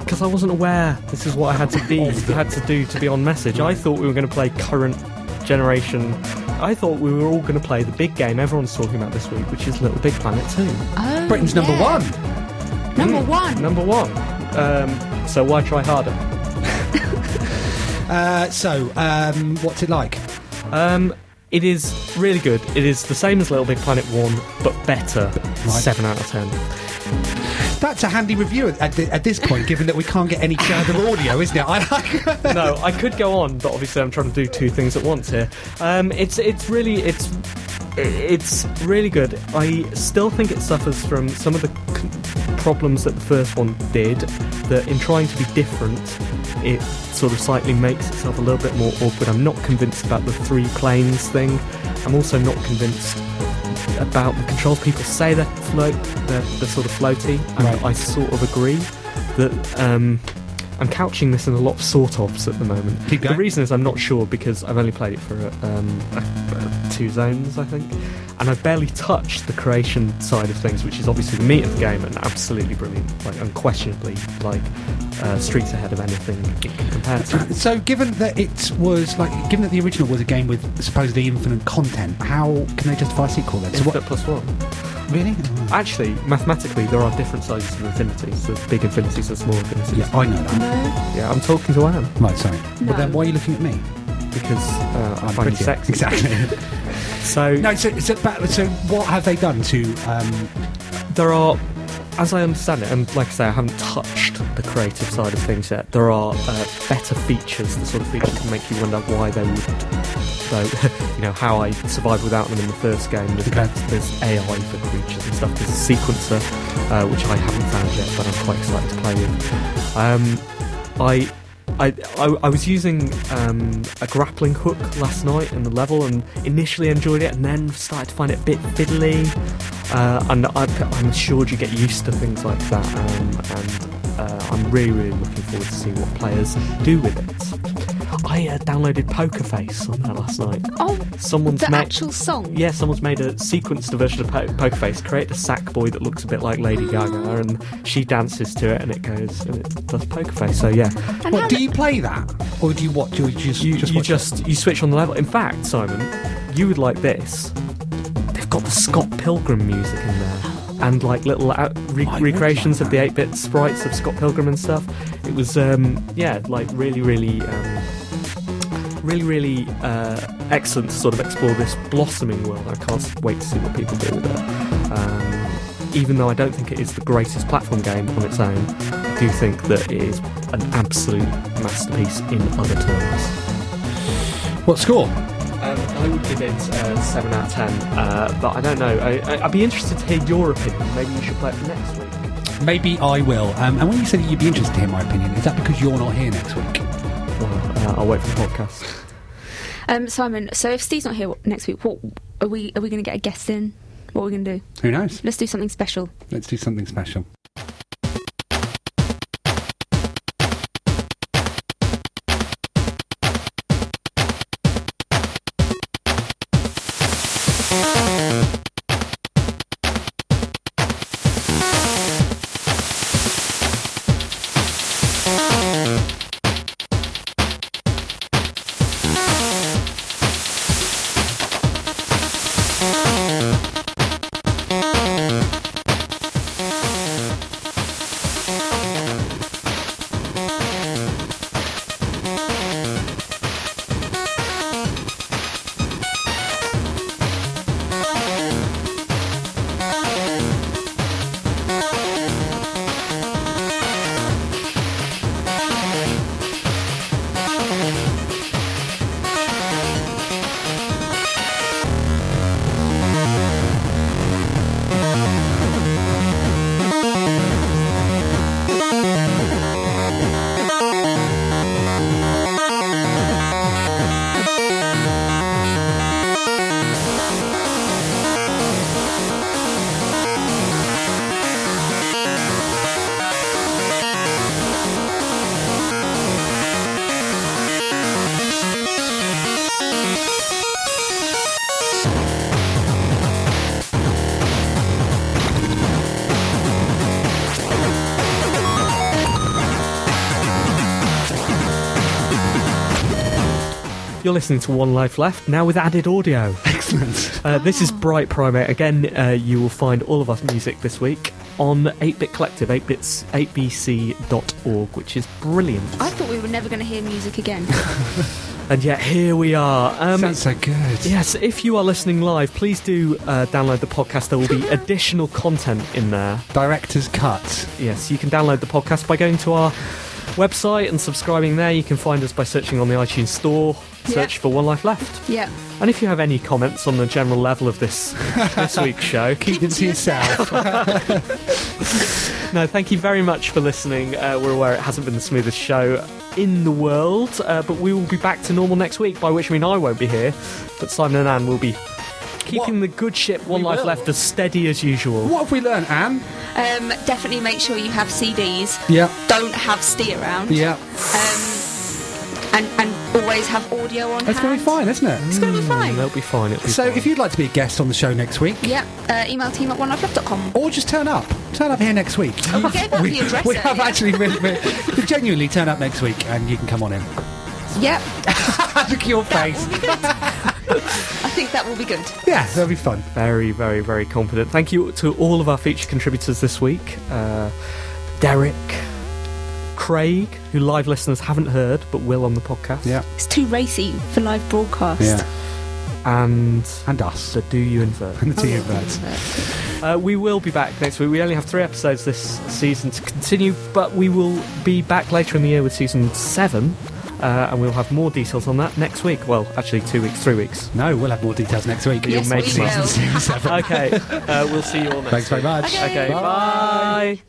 [SPEAKER 2] because I wasn't aware this is what I had to be, had to do to be on message. I thought we were going to play current generation. I thought we were all going to play the big game everyone's talking about this week, which is Little Big Planet Two.
[SPEAKER 6] Oh,
[SPEAKER 5] Britain's number
[SPEAKER 6] yeah.
[SPEAKER 5] one.
[SPEAKER 6] Number one.
[SPEAKER 2] Number one. Um, so why try harder?
[SPEAKER 5] Uh, so, um, what's it like?
[SPEAKER 2] Um, it is really good. It is the same as Little Big Planet One, but better. Seven out of ten.
[SPEAKER 5] That's a handy review at, at, thi- at this point, given that we can't get any further audio, isn't it? I like.
[SPEAKER 2] no, I could go on, but obviously I'm trying to do two things at once here. Um, it's it's really it's it's really good. I still think it suffers from some of the c- problems that the first one did. That in trying to be different, it sort of slightly makes itself a little bit more awkward. I'm not convinced about the three planes thing. I'm also not convinced about the controls. People say they're float, they're, they're sort of floaty, and
[SPEAKER 5] Right.
[SPEAKER 2] I sort of agree that. Um, I'm couching this in a lot of sort ofs at the moment.
[SPEAKER 5] Keep
[SPEAKER 2] The
[SPEAKER 5] going.
[SPEAKER 2] reason is I'm not sure because I've only played it for um, uh, two zones, I think, and I barely touched the creation side of things, which is obviously the meat of the game and absolutely brilliant, like unquestionably, like uh, streets ahead of anything it can compare to.
[SPEAKER 5] So, given that it was like, given that the original was a game with supposedly infinite content, how can they justify a sequel then? So,
[SPEAKER 2] It's
[SPEAKER 5] what?
[SPEAKER 2] plus one.
[SPEAKER 5] Really?
[SPEAKER 2] Actually, mathematically, there are different sizes of infinities. There's big infinities, there's small infinities.
[SPEAKER 5] Yeah, I know that.
[SPEAKER 6] No.
[SPEAKER 2] Yeah, I'm talking to Anne
[SPEAKER 5] Right, sorry. But then
[SPEAKER 6] No.
[SPEAKER 5] why are you looking at me?
[SPEAKER 2] because uh, I find you
[SPEAKER 5] pretty.
[SPEAKER 2] sexy.
[SPEAKER 5] Exactly.
[SPEAKER 2] So
[SPEAKER 5] no, so, so, but- so what have they done to? Um,
[SPEAKER 2] there are, as I understand it, and like I say, I haven't touched the creative side of things yet. There are uh, better features, the sort of features that make you wonder why they would. So, you know, how I survived without them in the first game. There's,
[SPEAKER 5] Okay.
[SPEAKER 2] there's AI for creatures and stuff. There's a sequencer, uh, which I haven't found yet, but I'm quite excited to play with. Um, I. I, I, I was using um, a grappling hook last night in the level and initially enjoyed it and then started to find it a bit fiddly uh, and I, I'm assured you get used to things like that, um, and uh, I'm really, really looking forward to see what players do with it. I uh, downloaded Poker Face on that last night.
[SPEAKER 6] Oh,
[SPEAKER 2] Someone's
[SPEAKER 6] the
[SPEAKER 2] ma-
[SPEAKER 6] actual song.
[SPEAKER 2] Yeah, someone's made a sequenced version of po- Poker Face. Create a sack boy that looks a bit like Lady Gaga, and she dances to it, and it goes and it does Poker Face. So yeah,
[SPEAKER 6] And how
[SPEAKER 5] what do
[SPEAKER 6] the-
[SPEAKER 5] you play that, or do you watch? Or you just
[SPEAKER 2] you
[SPEAKER 5] just
[SPEAKER 2] you
[SPEAKER 5] watch
[SPEAKER 2] just you switch on the level. In fact, Simon, you would like this. They've got the Scott Pilgrim music in there, and like little uh, re-
[SPEAKER 5] I would
[SPEAKER 2] recreations
[SPEAKER 5] like
[SPEAKER 2] of the
[SPEAKER 5] that.
[SPEAKER 2] 8-bit sprites of Scott Pilgrim and stuff. It was um, yeah, like really, really. Um, Really, really uh, excellent to sort of explore this blossoming world. I can't wait to see what people do with it. Um, even though I don't think it is the greatest platform game on its own, I do think that it is an absolute masterpiece in other terms.
[SPEAKER 5] It? What score?
[SPEAKER 2] Um, I would give it uh, 7 out of 10, uh, but I don't know. I, I, I'd be interested to hear your opinion. Maybe you should play it for next week.
[SPEAKER 5] Maybe I will. Um, and when you said that you'd be interested to hear my opinion, is that because you're not here next week?
[SPEAKER 2] Well, uh, I'll wait for the podcast.
[SPEAKER 6] Um, Simon. So if Steve's not here what- next week, what are we? Are we going to get a guest in? What are we going to do?
[SPEAKER 5] Who knows?
[SPEAKER 6] Let's do something special.
[SPEAKER 5] Let's do something special.
[SPEAKER 2] You're listening to One Life Left now with added audio.
[SPEAKER 5] Excellent.
[SPEAKER 2] Uh, This is Bright Primate. Again, uh, you will find all of our music this week on 8-Bit Collective, 8bits, 8bc.org, which is brilliant.
[SPEAKER 6] I thought we were never going to hear music again.
[SPEAKER 2] And yet here we are. Um,
[SPEAKER 5] Sounds so good.
[SPEAKER 2] Yes, if you are listening live, please do uh, download the podcast. There will be additional content in there.
[SPEAKER 5] Director's cut.
[SPEAKER 2] Yes, you can download the podcast by going to our website and subscribing there. You can find us by searching on the iTunes Store, search for One Life Left.
[SPEAKER 6] yeah.
[SPEAKER 2] And if you have any comments on the general level of this this week's show,
[SPEAKER 5] Keep them to yourself.
[SPEAKER 2] no, thank you very much for listening. Uh, we're aware it hasn't been the smoothest show in the world, uh, but we will be back to normal next week. By which I mean I won't be here, but Simon and Anne will be keeping the good ship One
[SPEAKER 5] We
[SPEAKER 2] Life
[SPEAKER 5] will.
[SPEAKER 2] Left as steady as usual.
[SPEAKER 5] what have we learned, Anne?
[SPEAKER 6] Um, definitely make sure you have CDs.
[SPEAKER 5] Yeah.
[SPEAKER 6] Don't have steer around.
[SPEAKER 5] Yeah.
[SPEAKER 6] Um, and, and always have audio on
[SPEAKER 5] That's going
[SPEAKER 6] hand.
[SPEAKER 5] to be fine, isn't it?
[SPEAKER 6] It's going to be fine.
[SPEAKER 2] Mm, They'll be fine. It'll be
[SPEAKER 5] So
[SPEAKER 2] fine.
[SPEAKER 5] if you'd like to be a guest on the show next week,
[SPEAKER 6] Yeah. Uh, email team at onelifeleft.com.
[SPEAKER 5] or just turn up. Turn up here next week.
[SPEAKER 6] Oh, we gave out
[SPEAKER 5] we,
[SPEAKER 6] the address
[SPEAKER 5] we have
[SPEAKER 6] earlier.
[SPEAKER 5] actually really, really- genuinely turn up next week and you can come on in.
[SPEAKER 6] Yep.
[SPEAKER 5] Look at your face.
[SPEAKER 6] I think that will be good.
[SPEAKER 5] Yeah, that'll be fun.
[SPEAKER 2] very, very, very confident. Thank you to all of our feature contributors this week uh, Derek, Craig, who live listeners haven't heard but will on the podcast,
[SPEAKER 5] Yeah.
[SPEAKER 6] It's too racy for live broadcast.
[SPEAKER 5] Yeah.
[SPEAKER 2] and
[SPEAKER 5] And us.
[SPEAKER 2] the Do You Invert.
[SPEAKER 5] And the tea birds.
[SPEAKER 6] Oh,
[SPEAKER 2] Uh, we will be back next week. We only have three episodes this season to continue, but we will be back later in the year with season seven. Uh, and we'll have more details on that next week. Well, actually, two weeks, three weeks.
[SPEAKER 5] No, we'll have more details next week.
[SPEAKER 6] Yes,
[SPEAKER 2] make
[SPEAKER 6] we
[SPEAKER 2] sense.
[SPEAKER 6] will.
[SPEAKER 2] Okay, uh, we'll see you all next
[SPEAKER 5] Thanks very
[SPEAKER 2] week.
[SPEAKER 5] much.
[SPEAKER 2] Okay, bye.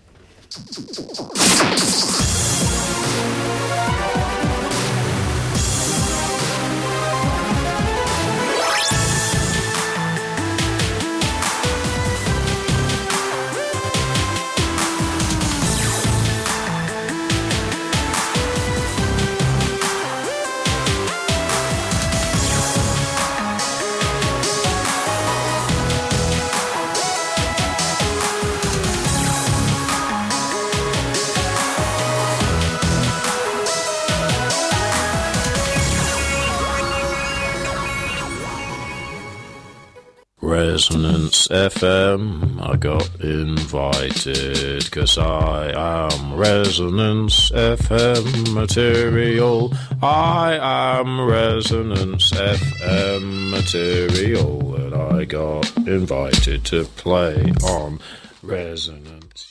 [SPEAKER 10] Resonance FM, I got invited 'cause I am Resonance FM material. I am Resonance FM material, and I got invited to play on Resonance.